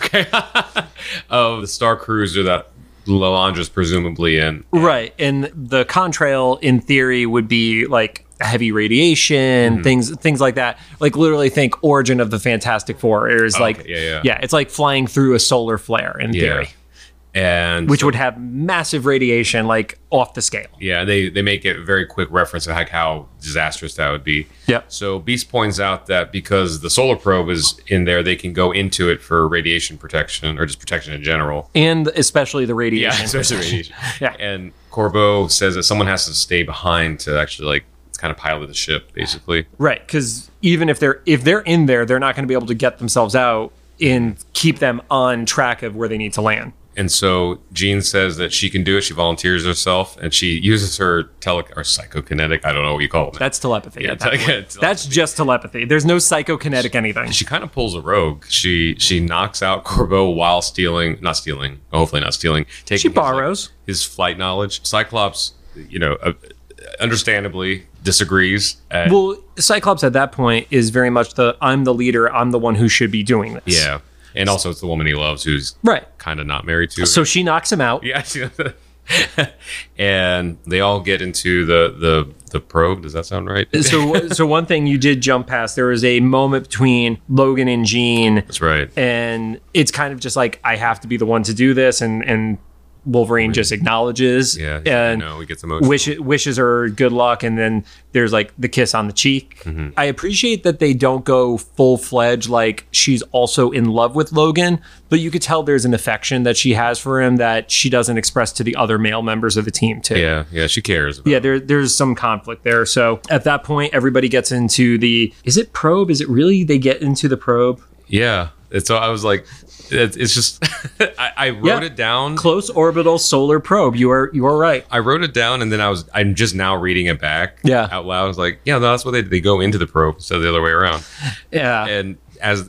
Speaker 1: of Oh, the Star Cruiser that Lalandra's presumably in.
Speaker 2: Right. And the contrail in theory would be like heavy radiation,
Speaker 1: Mm-hmm.
Speaker 2: things things like that. Like literally think origin of the Fantastic Four. It is like
Speaker 1: Oh, yeah, yeah.
Speaker 2: it's like flying through a solar flare in theory.
Speaker 1: And
Speaker 2: Which would have massive radiation like off the scale.
Speaker 1: Yeah, they they make a very quick reference to like how disastrous that would be.
Speaker 2: Yep.
Speaker 1: So Beast points out that because the solar probe is in there, they can go into it for radiation protection or just protection in general.
Speaker 2: And especially the
Speaker 1: Yeah,
Speaker 2: radiation.
Speaker 1: especially radiation.
Speaker 2: Yeah.
Speaker 1: And Corbeau says that someone has to stay behind to actually like kind of pilot the ship, basically.
Speaker 2: Right, because even if they're if they're in there, they're not going to be able to get themselves out and keep them on track of where they need to land.
Speaker 1: And so Jean says that she can do it. She volunteers herself and she uses her tele or psychokinetic. I don't know what you call it.
Speaker 2: That's telepathy. at that
Speaker 1: tele-
Speaker 2: point.
Speaker 1: telepathy.
Speaker 2: That's just telepathy. There's no psychokinetic anything.
Speaker 1: she kind of pulls a rogue. She she knocks out Corbeau while stealing, not stealing, hopefully not stealing. Taking
Speaker 2: She
Speaker 1: his, like,
Speaker 2: borrows.
Speaker 1: his, flight knowledge. Cyclops, you know, uh, understandably disagrees. At,
Speaker 2: Well, Cyclops at that point is very much the I'm the leader. I'm the one who should be doing this.
Speaker 1: yeah, and also it's the woman he loves who's
Speaker 2: Right.
Speaker 1: kind of not married to.
Speaker 2: So she knocks him out.
Speaker 1: yeah, she- and they all get into the the the probe. Does that sound right?
Speaker 2: So, so one thing you did jump past. There was a moment between Logan and Jean
Speaker 1: That's right.
Speaker 2: and it's kind of just like I have to be the one to do this, and and Wolverine just acknowledges,
Speaker 1: Yeah,
Speaker 2: and
Speaker 1: you know, he gets emotional.
Speaker 2: wish, wishes her good luck, and then there's like the kiss on the cheek.
Speaker 1: Mm-hmm.
Speaker 2: I appreciate that they don't go full fledged like she's also in love with Logan, but you could tell there's an affection that she has for him that she doesn't express to the other male members of the team too.
Speaker 1: yeah, yeah, she cares. About
Speaker 2: Yeah, there, there's some conflict there. So at that point, everybody gets into the is it probe? Is it really they get into the probe?
Speaker 1: Yeah. And so I was like, it's, it's just, I, I wrote
Speaker 2: Yeah.
Speaker 1: it down.
Speaker 2: close orbital solar probe. You are you are right.
Speaker 1: I wrote it down and then I was, I'm just now reading it back
Speaker 2: Yeah.
Speaker 1: out loud. I was like, yeah, no, that's what they, they go into the probe. So the other way around.
Speaker 2: Yeah.
Speaker 1: And as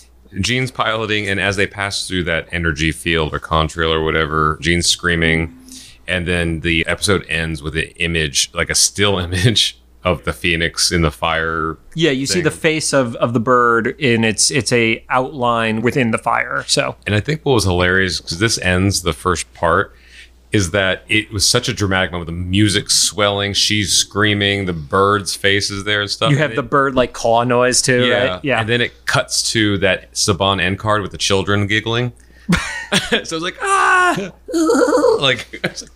Speaker 1: Gene's piloting and as they pass through that energy field or contrail or whatever, Gene's screaming. And then the episode ends with an image, like a still image of the Phoenix in the fire.
Speaker 2: yeah, you see the face of of the bird in its it's a outline within the fire. So
Speaker 1: And I think what was hilarious because this ends the first part is that it was such a dramatic moment. The music swelling, she's screaming, the bird's face is there and stuff.
Speaker 2: you have the bird like caw noise too,
Speaker 1: yeah,
Speaker 2: right? Yeah.
Speaker 1: And then it cuts to that Saban end card with the children giggling. so I was like, ah, like, I was like,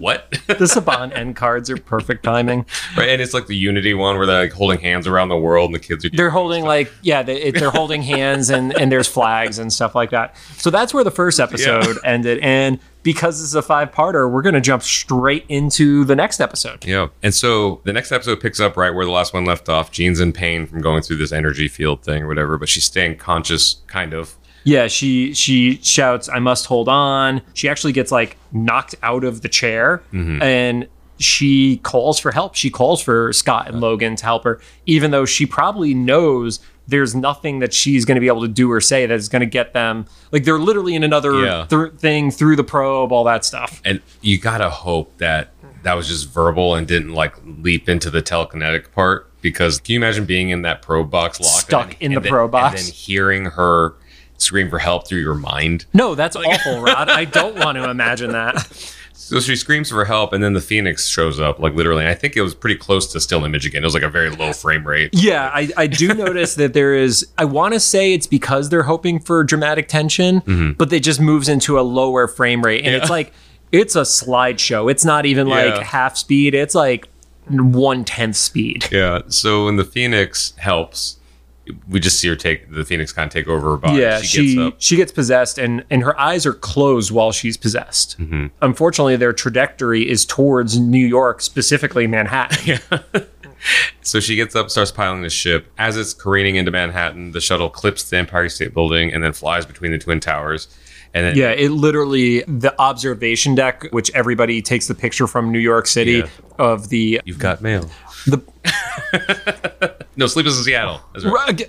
Speaker 1: what?
Speaker 2: the Saban end cards are perfect timing.
Speaker 1: right? And it's like the Unity one where they're like holding hands around the world and the kids are.
Speaker 2: They're holding like yeah, they, it- they're holding hands and and there's flags and stuff like that. So that's where the first episode ended. And because this is a five parter, we're gonna jump straight into the next episode.
Speaker 1: Yeah. And so the next episode picks up right where the last one left off. Jean's in pain from going through this energy field thing or whatever, but she's staying conscious, kind of.
Speaker 2: Yeah, she she shouts, "I must hold on." She actually gets like knocked out of the chair, and she calls for help. She calls for Scott and Logan to help her, even though she probably knows there's nothing that she's going to be able to do or say that is going to get them. Like they're literally in another
Speaker 1: Yeah.
Speaker 2: thr- thing through the probe, all that stuff.
Speaker 1: and you gotta hope that that was just verbal and didn't like leap into the telekinetic part because can you imagine being in that probe box locked
Speaker 2: Stuck in the
Speaker 1: then-
Speaker 2: probe box.
Speaker 1: and then hearing her scream for help through your mind
Speaker 2: No, that's awful, Rod. I don't want to imagine that.
Speaker 1: so she screams for help and then the phoenix shows up like literally and i think it was pretty close to still image again it was like a very low frame rate
Speaker 2: Yeah, I, I do notice that there is. I want to say it's because they're hoping for dramatic tension, but it just moves into a lower frame rate, and it's like it's a slideshow. It's not even
Speaker 1: Yeah.
Speaker 2: like half speed. It's like one tenth speed.
Speaker 1: yeah so when the phoenix helps we just see her take the phoenix kind of take over her body
Speaker 2: yeah, she she gets, possessed, and and her eyes are closed while she's possessed. Unfortunately, their trajectory is towards New York, specifically Manhattan.
Speaker 1: So she gets up, starts piling the ship. As it's careening into Manhattan, the shuttle clips the Empire State Building and then flies between the Twin Towers. And then
Speaker 2: Yeah, it literally the observation deck, which everybody takes the picture from New York City
Speaker 1: Yeah.
Speaker 2: of the
Speaker 1: you've got mail.
Speaker 2: the
Speaker 1: No, Sleepless in Seattle. That's right.
Speaker 2: Rug-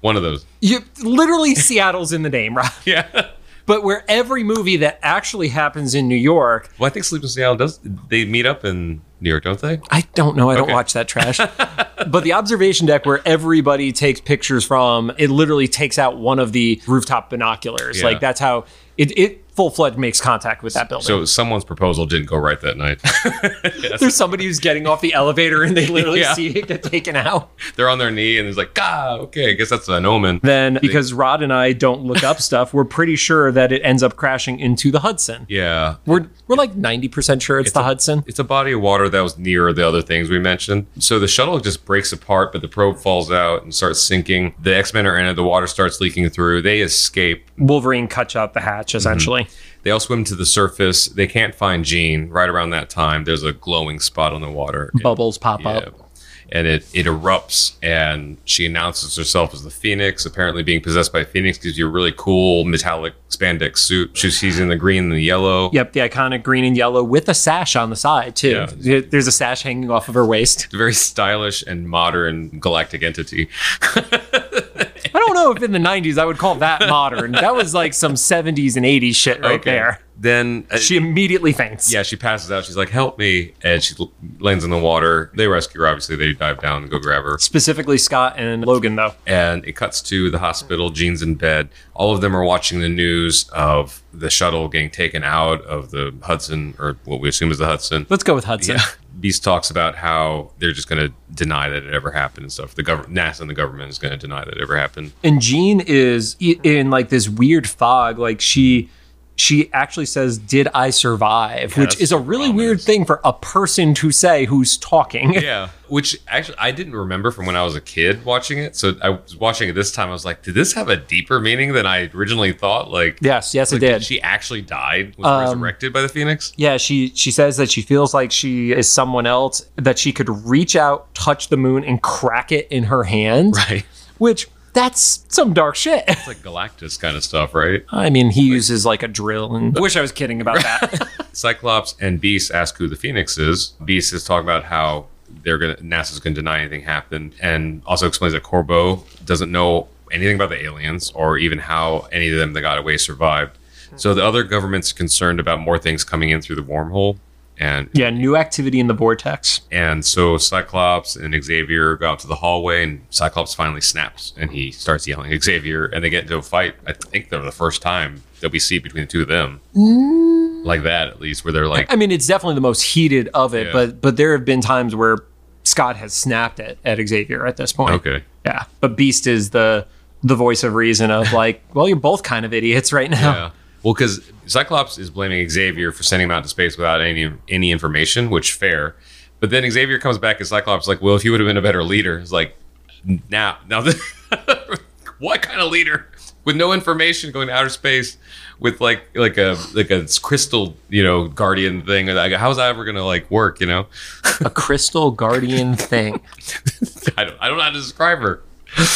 Speaker 1: One of those.
Speaker 2: You literally Seattle's in the name, right?
Speaker 1: Yeah.
Speaker 2: But where every movie that actually happens in New York,
Speaker 1: Well, I think Sleepless in Seattle does. They meet up in New York, don't they?
Speaker 2: I don't know. I don't
Speaker 1: Okay.
Speaker 2: watch that trash. but the observation deck where everybody takes pictures from, it literally takes out one of the rooftop binoculars.
Speaker 1: Yeah.
Speaker 2: Like that's how it, it full fledged makes contact with that building.
Speaker 1: So someone's proposal didn't go right that night.
Speaker 2: There's somebody who's getting off the elevator and they literally
Speaker 1: Yeah.
Speaker 2: see it get taken out.
Speaker 1: They're on their knee and it's like, ah, okay, I guess that's an omen.
Speaker 2: Then because Rod and I don't look up stuff, we're pretty sure that it ends up crashing into the Hudson.
Speaker 1: Yeah.
Speaker 2: We're we're like ninety percent sure it's, the Hudson.
Speaker 1: It's a body of water that was near the other things we mentioned. So the shuttle just breaks apart, but the probe falls out and starts sinking. The X Men are in it. The water starts leaking through. They escape.
Speaker 2: Wolverine cuts out the hatch
Speaker 1: Mm-hmm.
Speaker 2: essentially.
Speaker 1: They all swim to the surface. They can't find Jean. Right around that time, there's a glowing spot on the water.
Speaker 2: Bubbles pop
Speaker 1: Yeah.
Speaker 2: up.
Speaker 1: And it, it erupts, and she announces herself as the Phoenix. Apparently, being possessed by Phoenix gives you a really cool metallic spandex suit. She- She's in the green and the yellow.
Speaker 2: Yep, the iconic green and yellow with a sash on the side too.
Speaker 1: Yeah.
Speaker 2: There- There's a sash hanging off of her waist.
Speaker 1: It's a very stylish and modern galactic entity.
Speaker 2: I don't know if in the 90s I would call that modern. That was like some 70s and 80s shit right there.
Speaker 1: Then uh,
Speaker 2: She immediately faints.
Speaker 1: yeah, she passes out. She's like, "Help me!" And she l- lands in the water. They rescue her. Obviously, they dive down and go grab her.
Speaker 2: Specifically Scott and Logan though.
Speaker 1: And it cuts to the hospital. Jean's in bed. All of them are watching the news of the shuttle getting taken out of the Hudson, or what we assume is the Hudson.
Speaker 2: Let's go with Hudson.
Speaker 1: Beast talks about how they're just going to deny that it ever happened and stuff. The government, NASA, and the government is going to deny that it ever happened.
Speaker 2: And Jean is i- in like this weird fog like she she actually says, "Did I survive?" Which
Speaker 1: that's
Speaker 2: is a really weird
Speaker 1: ominous.
Speaker 2: thing for a person to say who's talking.
Speaker 1: Yeah, which actually I didn't remember from when I was a kid watching it. So I was watching it this time. I was like, did this have a deeper meaning than I originally thought? Like,
Speaker 2: Yes, yes, it did.
Speaker 1: she actually died? Was resurrected by the phoenix?
Speaker 2: Yeah, she she says that she feels like she is someone else that she could reach out, touch the moon, and crack it in her hand.
Speaker 1: Right.
Speaker 2: Which that's some dark shit.
Speaker 1: It's like Galactus kind of stuff, right?
Speaker 2: I mean, he uses like a drill, and I wish I was kidding about that.
Speaker 1: Cyclops and Beast ask who the phoenix is. Beast is talking about how they're gonna NASA's gonna deny anything happened, and also explains that Corbo doesn't know anything about the aliens or even how any of them that got away survived. So the other government's concerned about more things coming in through the wormhole. And
Speaker 2: yeah, new activity in the vortex.
Speaker 1: And so Cyclops and Xavier go out to the hallway, and Cyclops finally snaps and he starts yelling Xavier, and they get into a fight. I think they're the first time that we see between the two of them, like that at least, where they're like,
Speaker 2: I mean, it's definitely the most heated of it,
Speaker 1: Yeah.
Speaker 2: but but there have been times where Scott has snapped at, at Xavier at this point.
Speaker 1: okay,
Speaker 2: Yeah, but Beast is the the voice of reason of like, well, you're both kind of idiots right now.
Speaker 1: yeah. Well, because Cyclops is blaming Xavier for sending him out to space without any any information, which fair. But then Xavier comes back, and Cyclops is like, well, if you would have been a better leader, it's like, now, now, what kind of leader with no information going to outer space with like like a like a crystal you know guardian thing? Like, how's that ever gonna like work? You know,
Speaker 2: A crystal guardian thing.
Speaker 1: I don't I don't know how to describe her.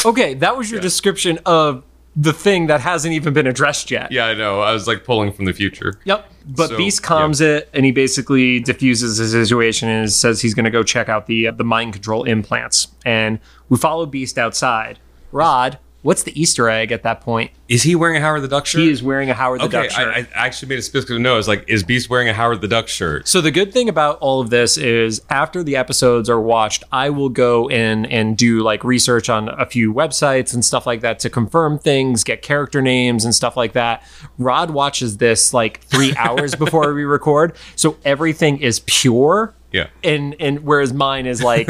Speaker 2: Okay, that was your description of the thing that hasn't even been addressed yet.
Speaker 1: Yeah, I know. I was like pulling from the future.
Speaker 2: Yep. But
Speaker 1: So,
Speaker 2: Beast calms it, and he basically diffuses his situation and says he's going to go check out the uh, the mind control implants. And we follow Beast outside. Rod, what's the Easter egg at that point?
Speaker 1: Is he wearing a Howard the Duck shirt?
Speaker 2: He is wearing a Howard the
Speaker 1: Okay,
Speaker 2: Duck shirt.
Speaker 1: I, I actually made a specific note. It's like, is Beast wearing a Howard the Duck shirt?
Speaker 2: So the good thing about all of this is after the episodes are watched, I will go in and do like research on a few websites and stuff like that to confirm things, get character names and stuff like that. Rod watches this like 3 hours before we record, so everything is pure.
Speaker 1: Yeah.
Speaker 2: And and whereas mine is like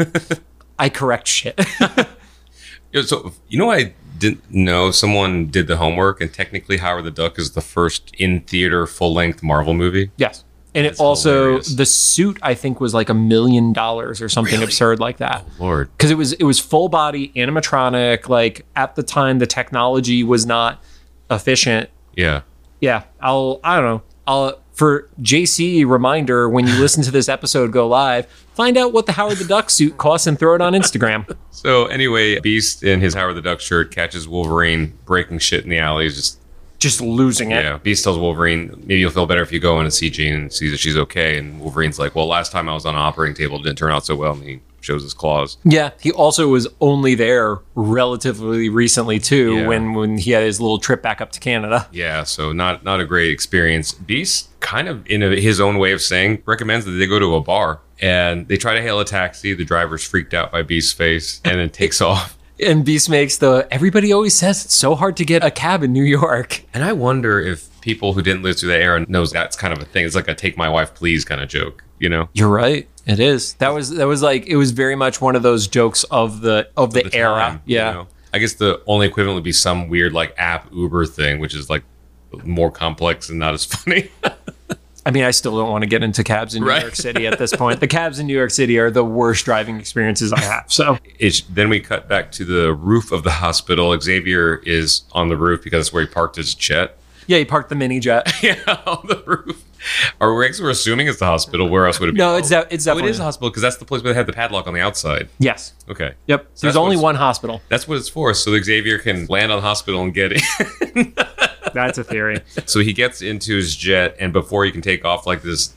Speaker 2: I correct shit.
Speaker 1: Yeah, So you know, what I didn't know someone did the homework, and technically, Howard the Duck is the first in theater full length Marvel movie.
Speaker 2: yes. And it
Speaker 1: That's
Speaker 2: also
Speaker 1: hilarious.
Speaker 2: the suit I think was like a million dollars or something absurd like that.
Speaker 1: Lord,
Speaker 2: because it was it was full body animatronic. Like at the time, the technology was not efficient.
Speaker 1: yeah.
Speaker 2: Yeah, I'll I don't know. I'll for JC reminder when you listen to this episode go live, find out what the Howard the Duck suit costs and throw it on Instagram.
Speaker 1: So anyway, Beast in his Howard the Duck shirt catches Wolverine breaking shit in the alleys. Just
Speaker 2: Just losing it.
Speaker 1: yeah. Beast tells Wolverine, maybe you'll feel better if you go in and see Jean and see that she's okay. And Wolverine's like, well, last time I was on an operating table, it didn't turn out so well. And he shows his claws.
Speaker 2: Yeah, he also was only there relatively recently too,
Speaker 1: Yeah.
Speaker 2: when when he had his little trip back up to Canada.
Speaker 1: Yeah, so not not a great experience. Beast, kind of in a, his own way of saying, recommends that they go to a bar and they try to hail a taxi. The driver's freaked out by Beast's face and then takes off.
Speaker 2: And Beast makes the everybody always says it's so hard to get a cab in New York.
Speaker 1: And I wonder if people who didn't live through that era knows that's kind of a thing. It's like a "take my wife, please" kind of joke, you know?
Speaker 2: You're right. It is. That was that was like it was very much one of those jokes of the of the,
Speaker 1: The
Speaker 2: era.
Speaker 1: time, you
Speaker 2: yeah.
Speaker 1: know? I guess the only equivalent would be some weird like app Uber thing, which is like more complex and not as funny.
Speaker 2: I mean, I still don't want to get into cabs in New
Speaker 1: Right.
Speaker 2: York City at this point. the cabs in New York City are the worst driving experiences I have. So
Speaker 1: it's, then we cut back to the roof of the hospital. Xavier is on the roof because that's where he parked his jet.
Speaker 2: yeah, he parked the mini jet.
Speaker 1: yeah, on the roof. Or we're, we're assuming it's the hospital. Where else would it be?
Speaker 2: No, it's de- it's
Speaker 1: Oh, it
Speaker 2: definitely
Speaker 1: is the hospital because that's the place where they had the padlock on the outside.
Speaker 2: yes.
Speaker 1: Okay.
Speaker 2: Yep. There's
Speaker 1: that's
Speaker 2: only
Speaker 1: what's-
Speaker 2: one hospital.
Speaker 1: That's what it's for. So Xavier can land on the hospital and get in.
Speaker 2: That's a theory.
Speaker 1: so he gets into his jet, and before he can take off, like this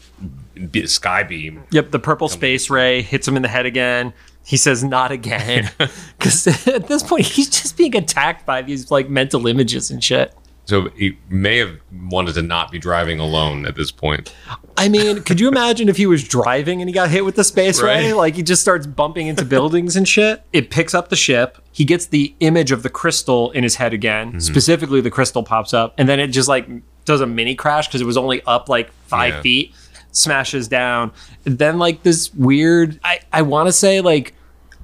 Speaker 1: b- sky beam.
Speaker 2: Yep, the purple space ray hits him in the head again. He says, "Not again," because at this point he's just being attacked by these like mental images and shit.
Speaker 1: So he may have wanted to not be driving alone at this point.
Speaker 2: I mean, could you imagine if he was driving and he got hit with the space ray?
Speaker 1: Right.
Speaker 2: Like he just starts bumping into buildings and shit. It picks up the ship. He gets the image of the crystal in his head again.
Speaker 1: Mm-hmm.
Speaker 2: Specifically, the crystal pops up, and then it just like does a mini crash because it was only up like five
Speaker 1: Yeah.
Speaker 2: feet. Smashes down. Then like this weird. I I want to say like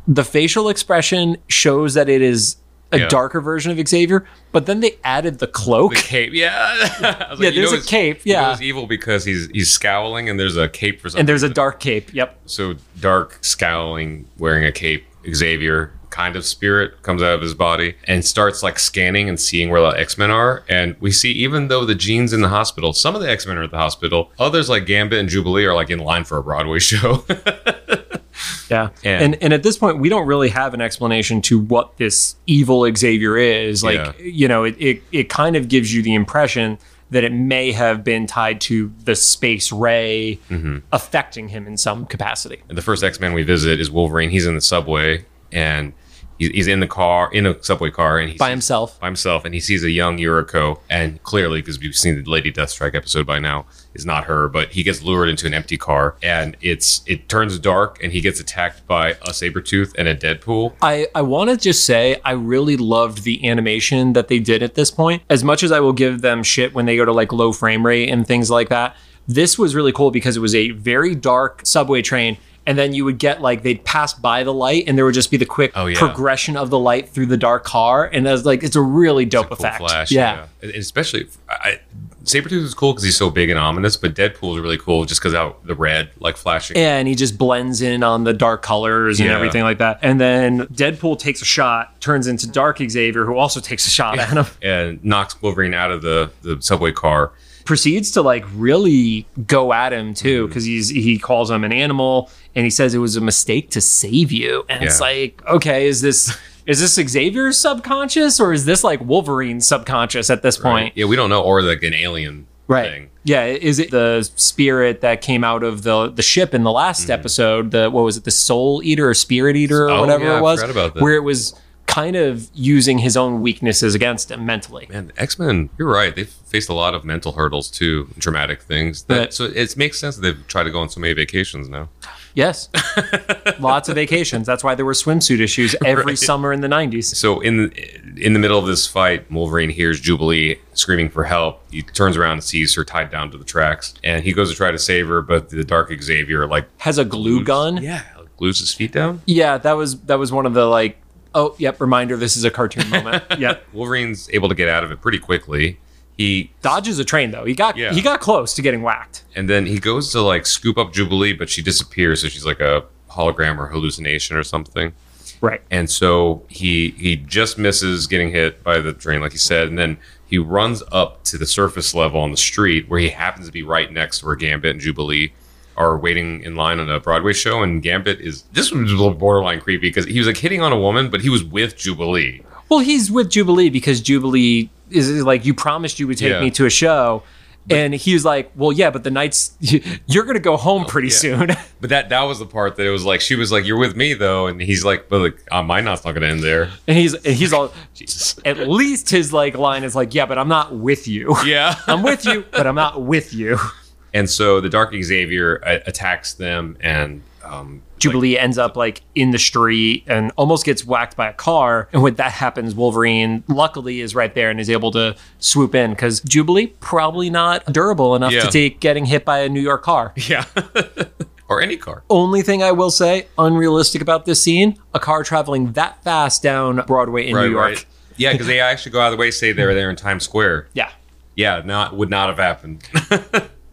Speaker 2: the facial expression shows that it is a
Speaker 1: Yeah.
Speaker 2: darker version of Xavier, but then they added the cloak.
Speaker 1: The cape, yeah. I was
Speaker 2: Yeah,
Speaker 1: you
Speaker 2: there's
Speaker 1: know
Speaker 2: a
Speaker 1: it's-
Speaker 2: cape,
Speaker 1: you know
Speaker 2: yeah.
Speaker 1: it's evil because he's he's scowling, and there's a cape for something.
Speaker 2: and there's a dark cape. Yep.
Speaker 1: so dark, scowling, wearing a cape, Xavier kind of spirit comes out of his body and starts like scanning and seeing where the X Men are. And we see, even though the gene's in the hospital, some of the X Men are at the hospital. Others, like Gambit and Jubilee, are like in line for a Broadway show.
Speaker 2: Yeah.
Speaker 1: Yeah.
Speaker 2: And and at this point we don't really have an explanation to what this evil Xavier is. Like,
Speaker 1: Yeah.
Speaker 2: you know, it, it it kind of gives you the impression that it may have been tied to the space ray
Speaker 1: Mm-hmm.
Speaker 2: affecting him in some capacity.
Speaker 1: the first X Men we visit is Wolverine. He's in the subway and he- he's in the car, in a subway car, and he's
Speaker 2: By himself.
Speaker 1: by himself and he sees a young Yuriko and clearly because we've seen the Lady Deathstrike episode by now is not her but he gets lured into an empty car and it's it turns dark and he gets attacked by a Sabretooth and a Deadpool
Speaker 2: I, I want to just say I really loved the animation that they did at this point. As much as I will give them shit when they go to like low frame rate and things like that, this was really cool because it was a very dark subway train. And then you would get like they'd pass by the light, and there would just be the quick
Speaker 1: Oh, yeah.
Speaker 2: progression of the light through the dark car, and that's like it's a really dope
Speaker 1: cool
Speaker 2: effect.
Speaker 1: flash
Speaker 2: yeah.
Speaker 1: And especially I, Sabretooth is cool because he's so big and ominous but Deadpool is really cool just because out the red like flashing
Speaker 2: Yeah, and he just blends in on the dark colors and
Speaker 1: Yeah.
Speaker 2: everything like that. And then Deadpool takes a shot, turns into Dark Xavier, who also takes a shot at him.
Speaker 1: and knocks Wolverine out of the the subway car
Speaker 2: proceeds to like really go at him too
Speaker 1: Mm-hmm.
Speaker 2: because he's he calls him an animal and he says it was a mistake to save you and it's
Speaker 1: Yeah.
Speaker 2: like okay is this is this Xavier's subconscious or is this like Wolverine's subconscious at this point?
Speaker 1: Yeah, we don't know, or like an alien
Speaker 2: Right.
Speaker 1: thing.
Speaker 2: Yeah, is it the spirit that came out of the the ship in the last episode? The what was it? The soul eater or spirit eater or
Speaker 1: Mm-hmm. Oh,
Speaker 2: whatever
Speaker 1: yeah,
Speaker 2: it
Speaker 1: I
Speaker 2: was,
Speaker 1: forgot about that.
Speaker 2: where it was kind of using his own weaknesses against him mentally.
Speaker 1: Man, X Men, you're right. They've faced a lot of mental hurdles too, dramatic things. That
Speaker 2: Right.
Speaker 1: so it makes sense that they've tried to go on so many vacations now.
Speaker 2: Yes, lots of vacations. That's why there were swimsuit issues every summer in the nineties.
Speaker 1: So in in the middle of this fight, Wolverine hears Jubilee screaming for help. He turns around and sees her tied down to the tracks, and he goes to try to save her, but the Dark Xavier like
Speaker 2: Has a glue gun.
Speaker 1: yeah glues his feet down.
Speaker 2: Yeah, that was that was one of the like. Oh, yep. Reminder: this is a cartoon moment. yep.
Speaker 1: Wolverine's able to get out of it pretty quickly. He
Speaker 2: Dodges a train though. He got
Speaker 1: Yeah.
Speaker 2: he got close to getting whacked.
Speaker 1: and then he goes to like scoop up Jubilee, but she disappears. So she's like a hologram or hallucination or something.
Speaker 2: Right.
Speaker 1: and so he he just misses getting hit by the train like he said and then he runs up to the surface level on the street where he happens to be right next to where gambit and jubilee are waiting in line on a broadway show and gambit is this was a little borderline creepy because he was like hitting on a woman but he was with jubilee
Speaker 2: Well, he's with Jubilee because Jubilee is is like, you promised you would take
Speaker 1: Yeah.
Speaker 2: me to a show. and he was like, well, yeah, but the night's, you're going to go home pretty
Speaker 1: Oh, yeah.
Speaker 2: soon.
Speaker 1: but that that was the part that it was like she was like you're with me though and he's like but like uh, my night's not gonna end there
Speaker 2: and he's, and he's all,
Speaker 1: jesus
Speaker 2: at least his like line is like, yeah, but I'm not with you.
Speaker 1: yeah
Speaker 2: I'm with you, but I'm not with you.
Speaker 1: and so the dark xavier uh, attacks them and um
Speaker 2: Jubilee ends up like in the street and almost gets whacked by a car. And when that happens, Wolverine luckily is right there and is able to swoop in because Jubilee probably not durable enough
Speaker 1: Yeah.
Speaker 2: to take getting hit by a New York car.
Speaker 1: yeah or any car
Speaker 2: Only thing I will say, unrealistic about this scene, a car traveling that fast down Broadway in New York.
Speaker 1: Yeah, because they actually go out of the way, say they're there in Times Square.
Speaker 2: Yeah.
Speaker 1: Yeah, not would not have happened.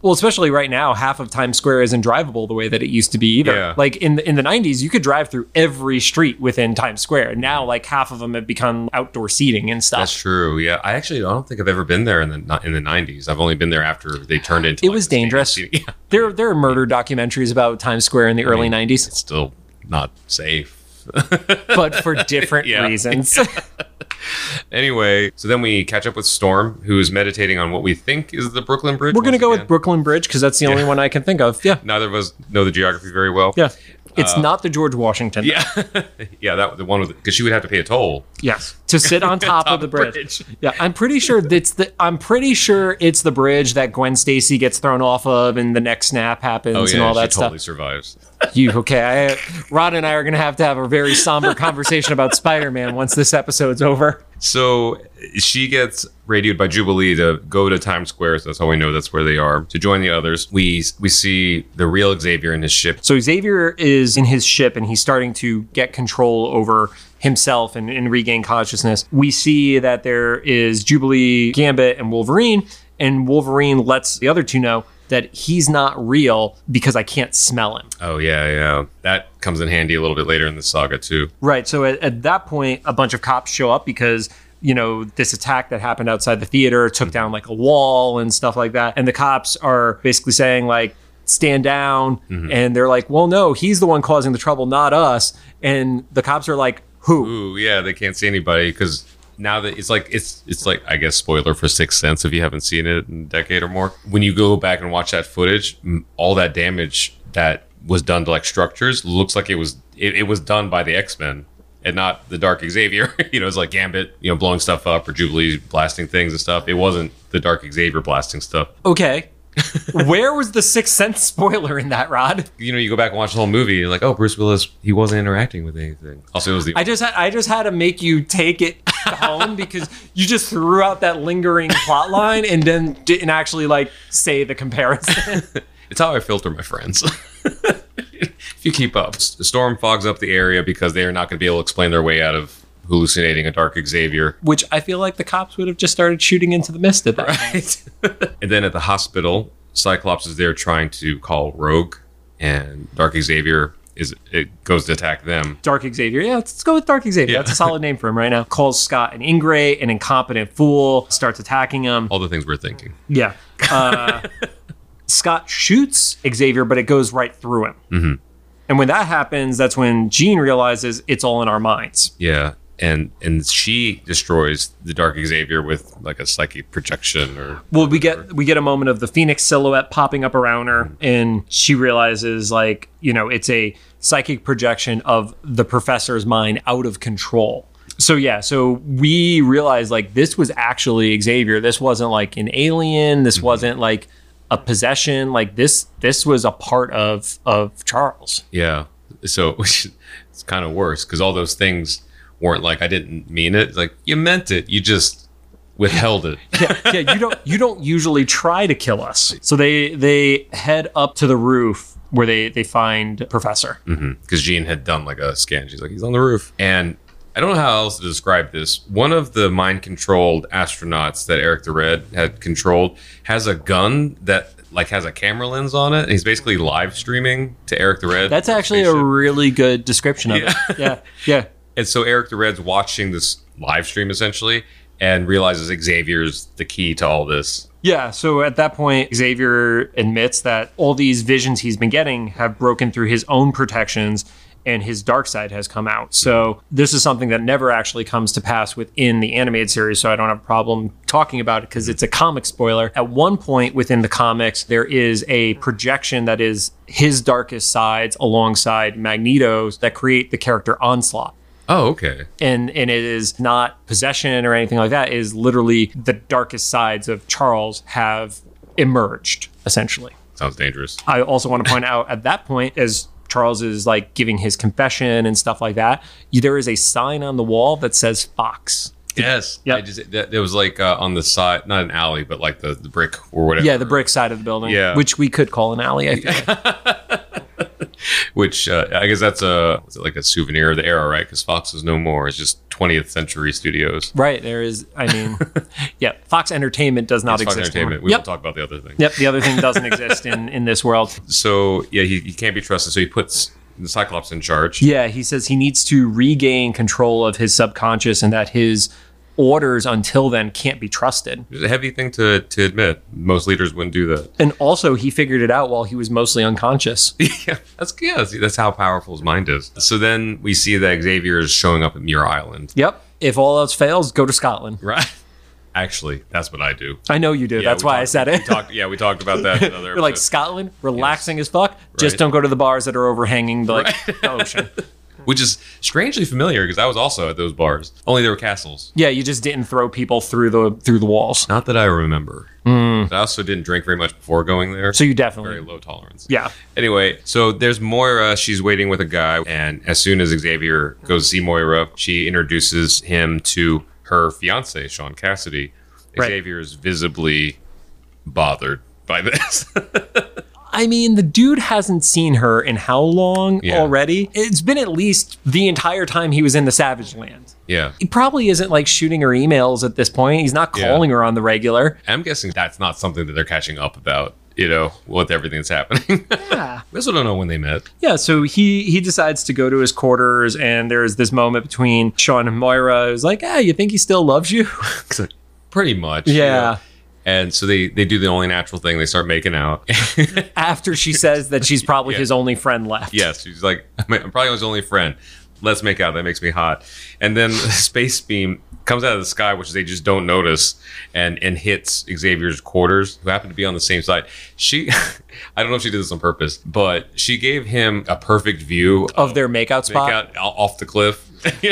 Speaker 2: Well, especially right now, half of Times Square isn't drivable the way that it used to be either.
Speaker 1: Yeah.
Speaker 2: Like in the, in the 90s, you could drive through every street within Times Square. Now, like half of them have become outdoor seating and stuff.
Speaker 1: That's true. Yeah, I actually I don't think I've ever been there in the in the nineties. I've only been there after they turned into.
Speaker 2: It
Speaker 1: like,
Speaker 2: was
Speaker 1: the stadium
Speaker 2: dangerous.
Speaker 1: seating. Yeah,
Speaker 2: There, there are murder documentaries about Times Square in the early 90s,
Speaker 1: still not safe.
Speaker 2: but for different
Speaker 1: Yeah.
Speaker 2: reasons.
Speaker 1: Anyway, so then we catch up with Storm, who is meditating on what we think is the Brooklyn Bridge.
Speaker 2: We're going to
Speaker 1: once
Speaker 2: go
Speaker 1: again.
Speaker 2: with Brooklyn Bridge because that's the only one I can think of. Yeah.
Speaker 1: Neither of us know the geography very well.
Speaker 2: Yeah. It's not the George Washington.
Speaker 1: Uh, Yeah, yeah, that the one with because she would have to pay a toll.
Speaker 2: Yes, to sit on top, of the bridge. Yeah, I'm pretty sure that's the. I'm pretty sure it's the bridge that Gwen Stacy gets thrown off of, and the next snap happens,
Speaker 1: Oh yeah,
Speaker 2: and all
Speaker 1: she
Speaker 2: that
Speaker 1: totally
Speaker 2: stuff.
Speaker 1: survives.
Speaker 2: You okay? I, Rod and I are going to have to have a very somber conversation about Spider-Man once this episode's over.
Speaker 1: So she gets radioed by Jubilee to go to Times Square. So that's how we know that's where they are to join the others. We we see the real Xavier in his ship.
Speaker 2: So Xavier is in his ship, and he's starting to get control over himself and, and regain consciousness. We see that there is Jubilee, Gambit, and Wolverine, and Wolverine lets the other two know that he's not real because I can't smell him.
Speaker 1: Oh yeah, yeah. That comes in handy a little bit later in the saga too.
Speaker 2: Right. So at, at that point, a bunch of cops show up because you know this attack that happened outside the theater took down like a wall and stuff like that, and the cops are basically saying like stand down, and they're like, well, no, he's the one causing the trouble, not us, and the cops are like, who?
Speaker 1: Ooh yeah, they can't see anybody because now that it's like it's it's like I guess spoiler for Sixth Sense if you haven't seen it in a decade or more. When you go back and watch that footage, m- all that damage that was done to like structures looks like it was it, it was done by the X Men and not the Dark Xavier. you know, it's like Gambit, you know, blowing stuff up or Jubilee blasting things and stuff. It wasn't the Dark Xavier blasting stuff.
Speaker 2: Okay. Where was the sixth sense spoiler in that, Rod?
Speaker 1: You know, you go back and watch the whole movie, you're like, oh, Bruce Willis, he wasn't interacting with anything. Also, it was the
Speaker 2: I just had, I just had to make you take it home because you just threw out that lingering plot line and then didn't actually like say the comparison.
Speaker 1: It's how I filter my friends. if you keep up, S- the storm fogs up the area because they are not going to be able to explain their way out of hallucinating a dark Xavier.
Speaker 2: which I feel like the cops would have just started shooting into the mist at that.
Speaker 1: Right. and then at the hospital, Cyclops is there trying to call Rogue, and Dark Xavier is it goes to attack them.
Speaker 2: Dark Xavier. Yeah, let's go with Dark Xavier. That's a solid name for him right now. Calls Scott an ingrate, an incompetent fool, starts attacking him.
Speaker 1: All the things we're thinking.
Speaker 2: Yeah. Uh, Scott shoots Xavier, but it goes right through him. And when that happens, that's when Jean realizes it's all in our minds.
Speaker 1: Yeah. and and she destroys the Dark Xavier with like a psychic projection or
Speaker 2: Well, we get we get a moment of the phoenix silhouette popping up around her, and she realizes like you know it's a psychic projection of the professor's mind out of control. So yeah, so we realize like this was actually Xavier. This wasn't like an alien. This wasn't like a possession. Like this this was a part of of Charles.
Speaker 1: yeah. So which it's kind of worse because all those things weren't like I didn't mean it. It's like you meant it. You just withheld it.
Speaker 2: yeah, you don't you don't usually try to kill us. So they they head up to the roof where they they find Professor.
Speaker 1: because Jean had done like a scan. She's like, he's on the roof. And I don't know how else to describe this. One of the mind controlled astronauts that Eric the Red had controlled has a gun that like has a camera lens on it. And he's basically live streaming to Eric the Red.
Speaker 2: That's
Speaker 1: from
Speaker 2: actually a
Speaker 1: spaceship.
Speaker 2: really good description of it. Yeah, yeah.
Speaker 1: And so Eric the Red's watching this live stream essentially and realizes Xavier's the key to all this.
Speaker 2: Yeah, so at that point, Xavier admits that all these visions he's been getting have broken through his own protections and his dark side has come out. So, this is something that never actually comes to pass within the animated series, so I don't have a problem talking about it because it's a comic spoiler. At one point within the comics, there is a projection that is his darkest sides alongside Magneto's that create the character Onslaught
Speaker 1: Oh, okay.
Speaker 2: and and it is not possession or anything like that. It is literally the darkest sides of Charles have emerged essentially.
Speaker 1: Sounds dangerous.
Speaker 2: I also want to point out at that point as Charles is like giving his confession and stuff like that, there is a sign on the wall that says Fox.
Speaker 1: Yes.
Speaker 2: Yep.
Speaker 1: I just, that, it was like uh, on the side, not an alley, but like the, the brick or whatever.
Speaker 2: Yeah, the brick side of the building,
Speaker 1: Yeah.
Speaker 2: which we could call an alley. I think.
Speaker 1: which uh, I guess that's a is it like a souvenir of the era, right? Because Fox is no more; it's just 20th Century Studios.
Speaker 2: right, there is. I mean, yeah, Fox Entertainment does not
Speaker 1: It's Fox
Speaker 2: exist.
Speaker 1: Entertainment.
Speaker 2: anymore.
Speaker 1: We
Speaker 2: Yep.
Speaker 1: will talk about the other thing.
Speaker 2: Yep, the other thing doesn't exist in, in this world.
Speaker 1: So yeah, he, he can't be trusted. So he puts the Cyclops in charge.
Speaker 2: Yeah, he says he needs to regain control of his subconscious and that his orders until then can't be trusted.
Speaker 1: It's a heavy thing to to admit. Most leaders wouldn't do that.
Speaker 2: And also, he figured it out while he was mostly unconscious.
Speaker 1: yeah, that's yeah, that's- that's how powerful his mind is. So then we see that Xavier is showing up at Muir Island.
Speaker 2: yep. If all else fails, go to Scotland.
Speaker 1: Right. Actually, that's what I do.
Speaker 2: I know you do.
Speaker 1: Yeah,
Speaker 2: That's
Speaker 1: we
Speaker 2: why I
Speaker 1: talked-
Speaker 2: said it.
Speaker 1: We talked, yeah, we talked about that. In another
Speaker 2: We're like
Speaker 1: episode.
Speaker 2: Scotland, relaxing as fuck. Just
Speaker 1: Right.
Speaker 2: don't go to the bars that are overhanging the, like, oh, the ocean.
Speaker 1: which is strangely familiar because I was also at those bars. Only there were castles.
Speaker 2: Yeah, you just didn't throw people through the through the walls.
Speaker 1: Not that I remember. But I also didn't drink very much before going there.
Speaker 2: Hmm. So you
Speaker 1: very
Speaker 2: definitely,
Speaker 1: low tolerance.
Speaker 2: yeah,
Speaker 1: Anyway, so there's Moira. She's waiting with a guy, and as soon as Xavier goes to see Moira, she introduces him to her fiance, Sean Cassidy.
Speaker 2: Right.
Speaker 1: Xavier is visibly bothered by this.
Speaker 2: I mean, the dude hasn't seen her in how long
Speaker 1: Yeah.
Speaker 2: already? It's been at least the entire time he was in the Savage Land.
Speaker 1: yeah.
Speaker 2: He probably isn't like shooting her emails at this point. He's not
Speaker 1: Yeah.
Speaker 2: calling her on the regular.
Speaker 1: I'm guessing that's not something that they're catching up about, you know, with everything that's happening.
Speaker 2: Yeah.
Speaker 1: we also don't know when they met.
Speaker 2: Yeah, so he he decides to go to his quarters and there's this moment between Sean and Moira who's like, "Ah, you think he still loves you?"
Speaker 1: Pretty much.
Speaker 2: Yeah.
Speaker 1: you know. And so they, they do the only natural thing. They start making out.
Speaker 2: After she says that she's probably
Speaker 1: Yeah.
Speaker 2: his only friend left.
Speaker 1: yes, she's like, I'm probably his only friend. Let's make out. That makes me hot. And then the space beam comes out of the sky, which they just don't notice, and and hits Xavier's quarters, who happened to be on the same side. She, I don't know if she did this on purpose, but she gave him a perfect view
Speaker 2: Of their makeout
Speaker 1: make
Speaker 2: spot.
Speaker 1: out o- off the cliff.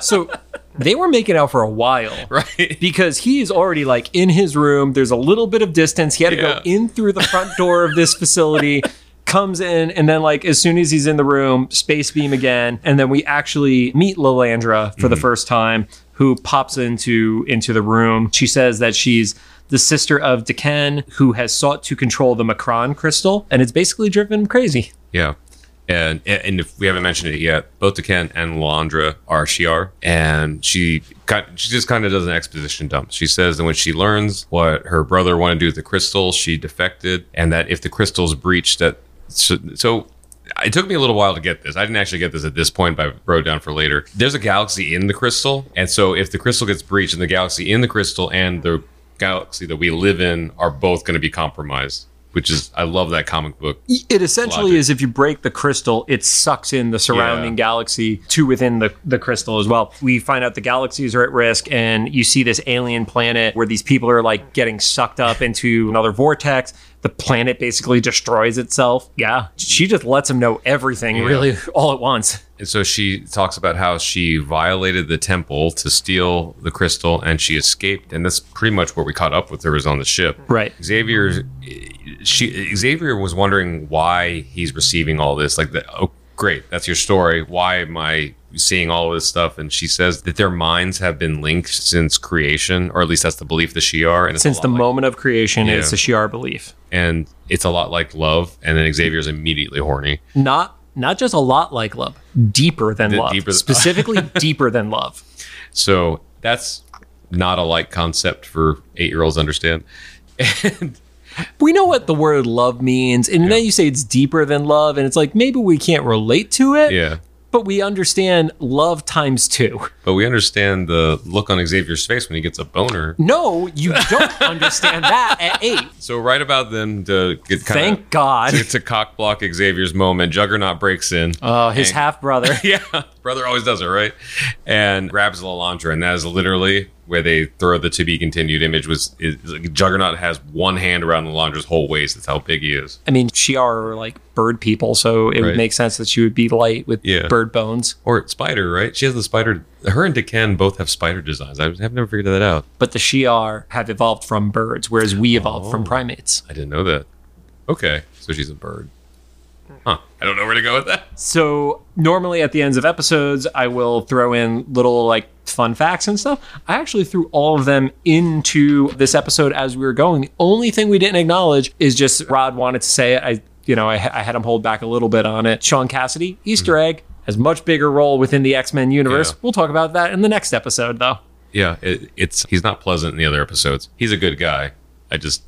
Speaker 2: So they were making out for a while.
Speaker 1: right.
Speaker 2: because he is already like in his room. There's a little bit of distance. He had to
Speaker 1: Yeah.
Speaker 2: go in through the front door of this facility, comes in, and then like as soon as he's in the room, space beam again, and then we actually meet Lalandra for the first time, who pops into into the room. She says that she's the sister of Deken, who has sought to control the Macron crystal, and it's basically driven him crazy.
Speaker 1: Yeah. And, and if we haven't mentioned it yet, both Ken and Lalandra are Shiar, and she ki- she just kind of does an exposition dump. She says that when she learns what her brother wanted to do with the crystal, she defected, and that if the crystal's breached, that so, so it took me a little while to get this. I didn't actually get this at this point, but I wrote it down for later. There's a galaxy in the crystal, and so if the crystal gets breached, and the galaxy in the crystal and the galaxy that we live in are both going to be compromised. which is I love that comic book.
Speaker 2: It essentially
Speaker 1: Logic.
Speaker 2: is if you break the crystal, it sucks in the surrounding
Speaker 1: Yeah.
Speaker 2: galaxy to within the, the crystal as well. We find out the galaxies are at risk, and you see this alien planet where these people are like getting sucked up into another vortex. The planet basically destroys itself. Yeah. She just lets him know everything really all at once.
Speaker 1: And so she talks about how she violated the temple to steal the crystal and she escaped. And that's pretty much where we caught up with her was on the ship.
Speaker 2: Right.
Speaker 1: Xavier, she Xavier was wondering why he's receiving all this. Like, the, oh, great, that's your story. Why am I seeing all this stuff? And she says that their minds have been linked since creation, or at least that's the belief that she are. And it's a
Speaker 2: Since
Speaker 1: lot
Speaker 2: the
Speaker 1: like-
Speaker 2: moment of creation,
Speaker 1: Yeah.
Speaker 2: it's a Shiar belief.
Speaker 1: and it's a lot like love. And then Xavier's immediately horny.
Speaker 2: Not not just a lot like love, deeper than
Speaker 1: The
Speaker 2: love.
Speaker 1: deeper-
Speaker 2: Specifically deeper than love.
Speaker 1: So that's not a like concept for eight year olds understand.
Speaker 2: we know what the word love means and then you say it's deeper than love and it's like maybe we can't relate to it
Speaker 1: Yeah.
Speaker 2: but we understand love times two
Speaker 1: But we understand the look on Xavier's face when he gets a boner.
Speaker 2: no you don't understand that at eight
Speaker 1: So right about then to get kind of
Speaker 2: thank god
Speaker 1: to, to cock block Xavier's moment. Juggernaut breaks in.
Speaker 2: uh, his half brother
Speaker 1: yeah, brother always does it, right? And grabs Lalandra, and that is literally where they throw the to be continued image. Was is, Juggernaut has one hand around Lalandra's whole waist? That's how big he is.
Speaker 2: i mean she are like bird people so it would
Speaker 1: Right.
Speaker 2: make sense that she would be light with
Speaker 1: Yeah.
Speaker 2: bird bones
Speaker 1: Or spider, right? She has the spider. Her and Deken both have spider designs. I have never figured that out.
Speaker 2: but the shiar have evolved from birds whereas we evolved
Speaker 1: Oh.
Speaker 2: from primates
Speaker 1: I didn't know that. Okay, so she's a bird. Huh. I don't know where to go with that.
Speaker 2: So normally at the ends of episodes, I will throw in little like fun facts and stuff. I actually threw all of them into this episode as we were going. The only thing we didn't acknowledge is just Rod wanted to say it. I, you know, I, I had him hold back a little bit on it. Sean Cassidy, Easter egg, has much bigger role within the X Men universe.
Speaker 1: Yeah.
Speaker 2: We'll talk about that in the next episode, though.
Speaker 1: Yeah, it, it's he's not pleasant in the other episodes. He's a good guy. I just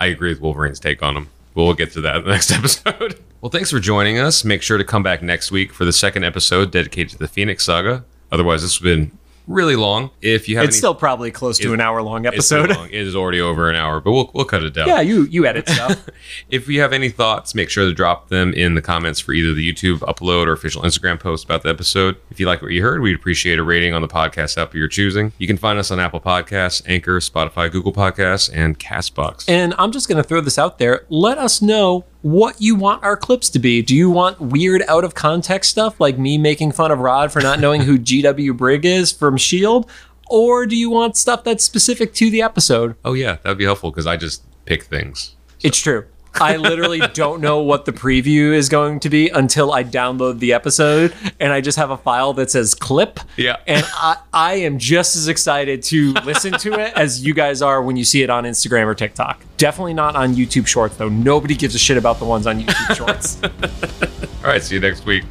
Speaker 1: I agree with Wolverine's take on him. We'll get to that in the next episode. well, thanks for joining us. Make sure to come back next week for the second episode dedicated to the Phoenix Saga. Otherwise, this has been really long. If you have
Speaker 2: It's
Speaker 1: any,
Speaker 2: still probably close to
Speaker 1: it-
Speaker 2: an hour long
Speaker 1: it's still
Speaker 2: episode.
Speaker 1: long. it is already over an hour, but we'll we'll cut it down.
Speaker 2: yeah, you you edit stuff.
Speaker 1: If you have any thoughts, make sure to drop them in the comments for either the YouTube upload or official Instagram post about the episode. If you like what you heard, we'd appreciate a rating on the podcast app of your choosing. You can find us on Apple Podcasts, Anchor, Spotify, Google Podcasts, and Castbox.
Speaker 2: And I'm just going to throw this out there. Let us know what you want our clips to be. Do you want weird, out of context stuff like me making fun of Rod for not knowing who G.W. Brig is from S.H.I.E.L.D.? E Or do you want stuff that's specific to the episode?
Speaker 1: oh yeah, that'd be helpful because I just pick things.
Speaker 2: It's true. I literally don't know what the preview is going to be until I download the episode and I just have a file that says clip.
Speaker 1: Yeah.
Speaker 2: And I, I am just as excited to listen to it as you guys are when you see it on Instagram or TikTok. Definitely not on YouTube Shorts, though. Nobody gives a shit about the ones on YouTube Shorts.
Speaker 1: All right, see you next week.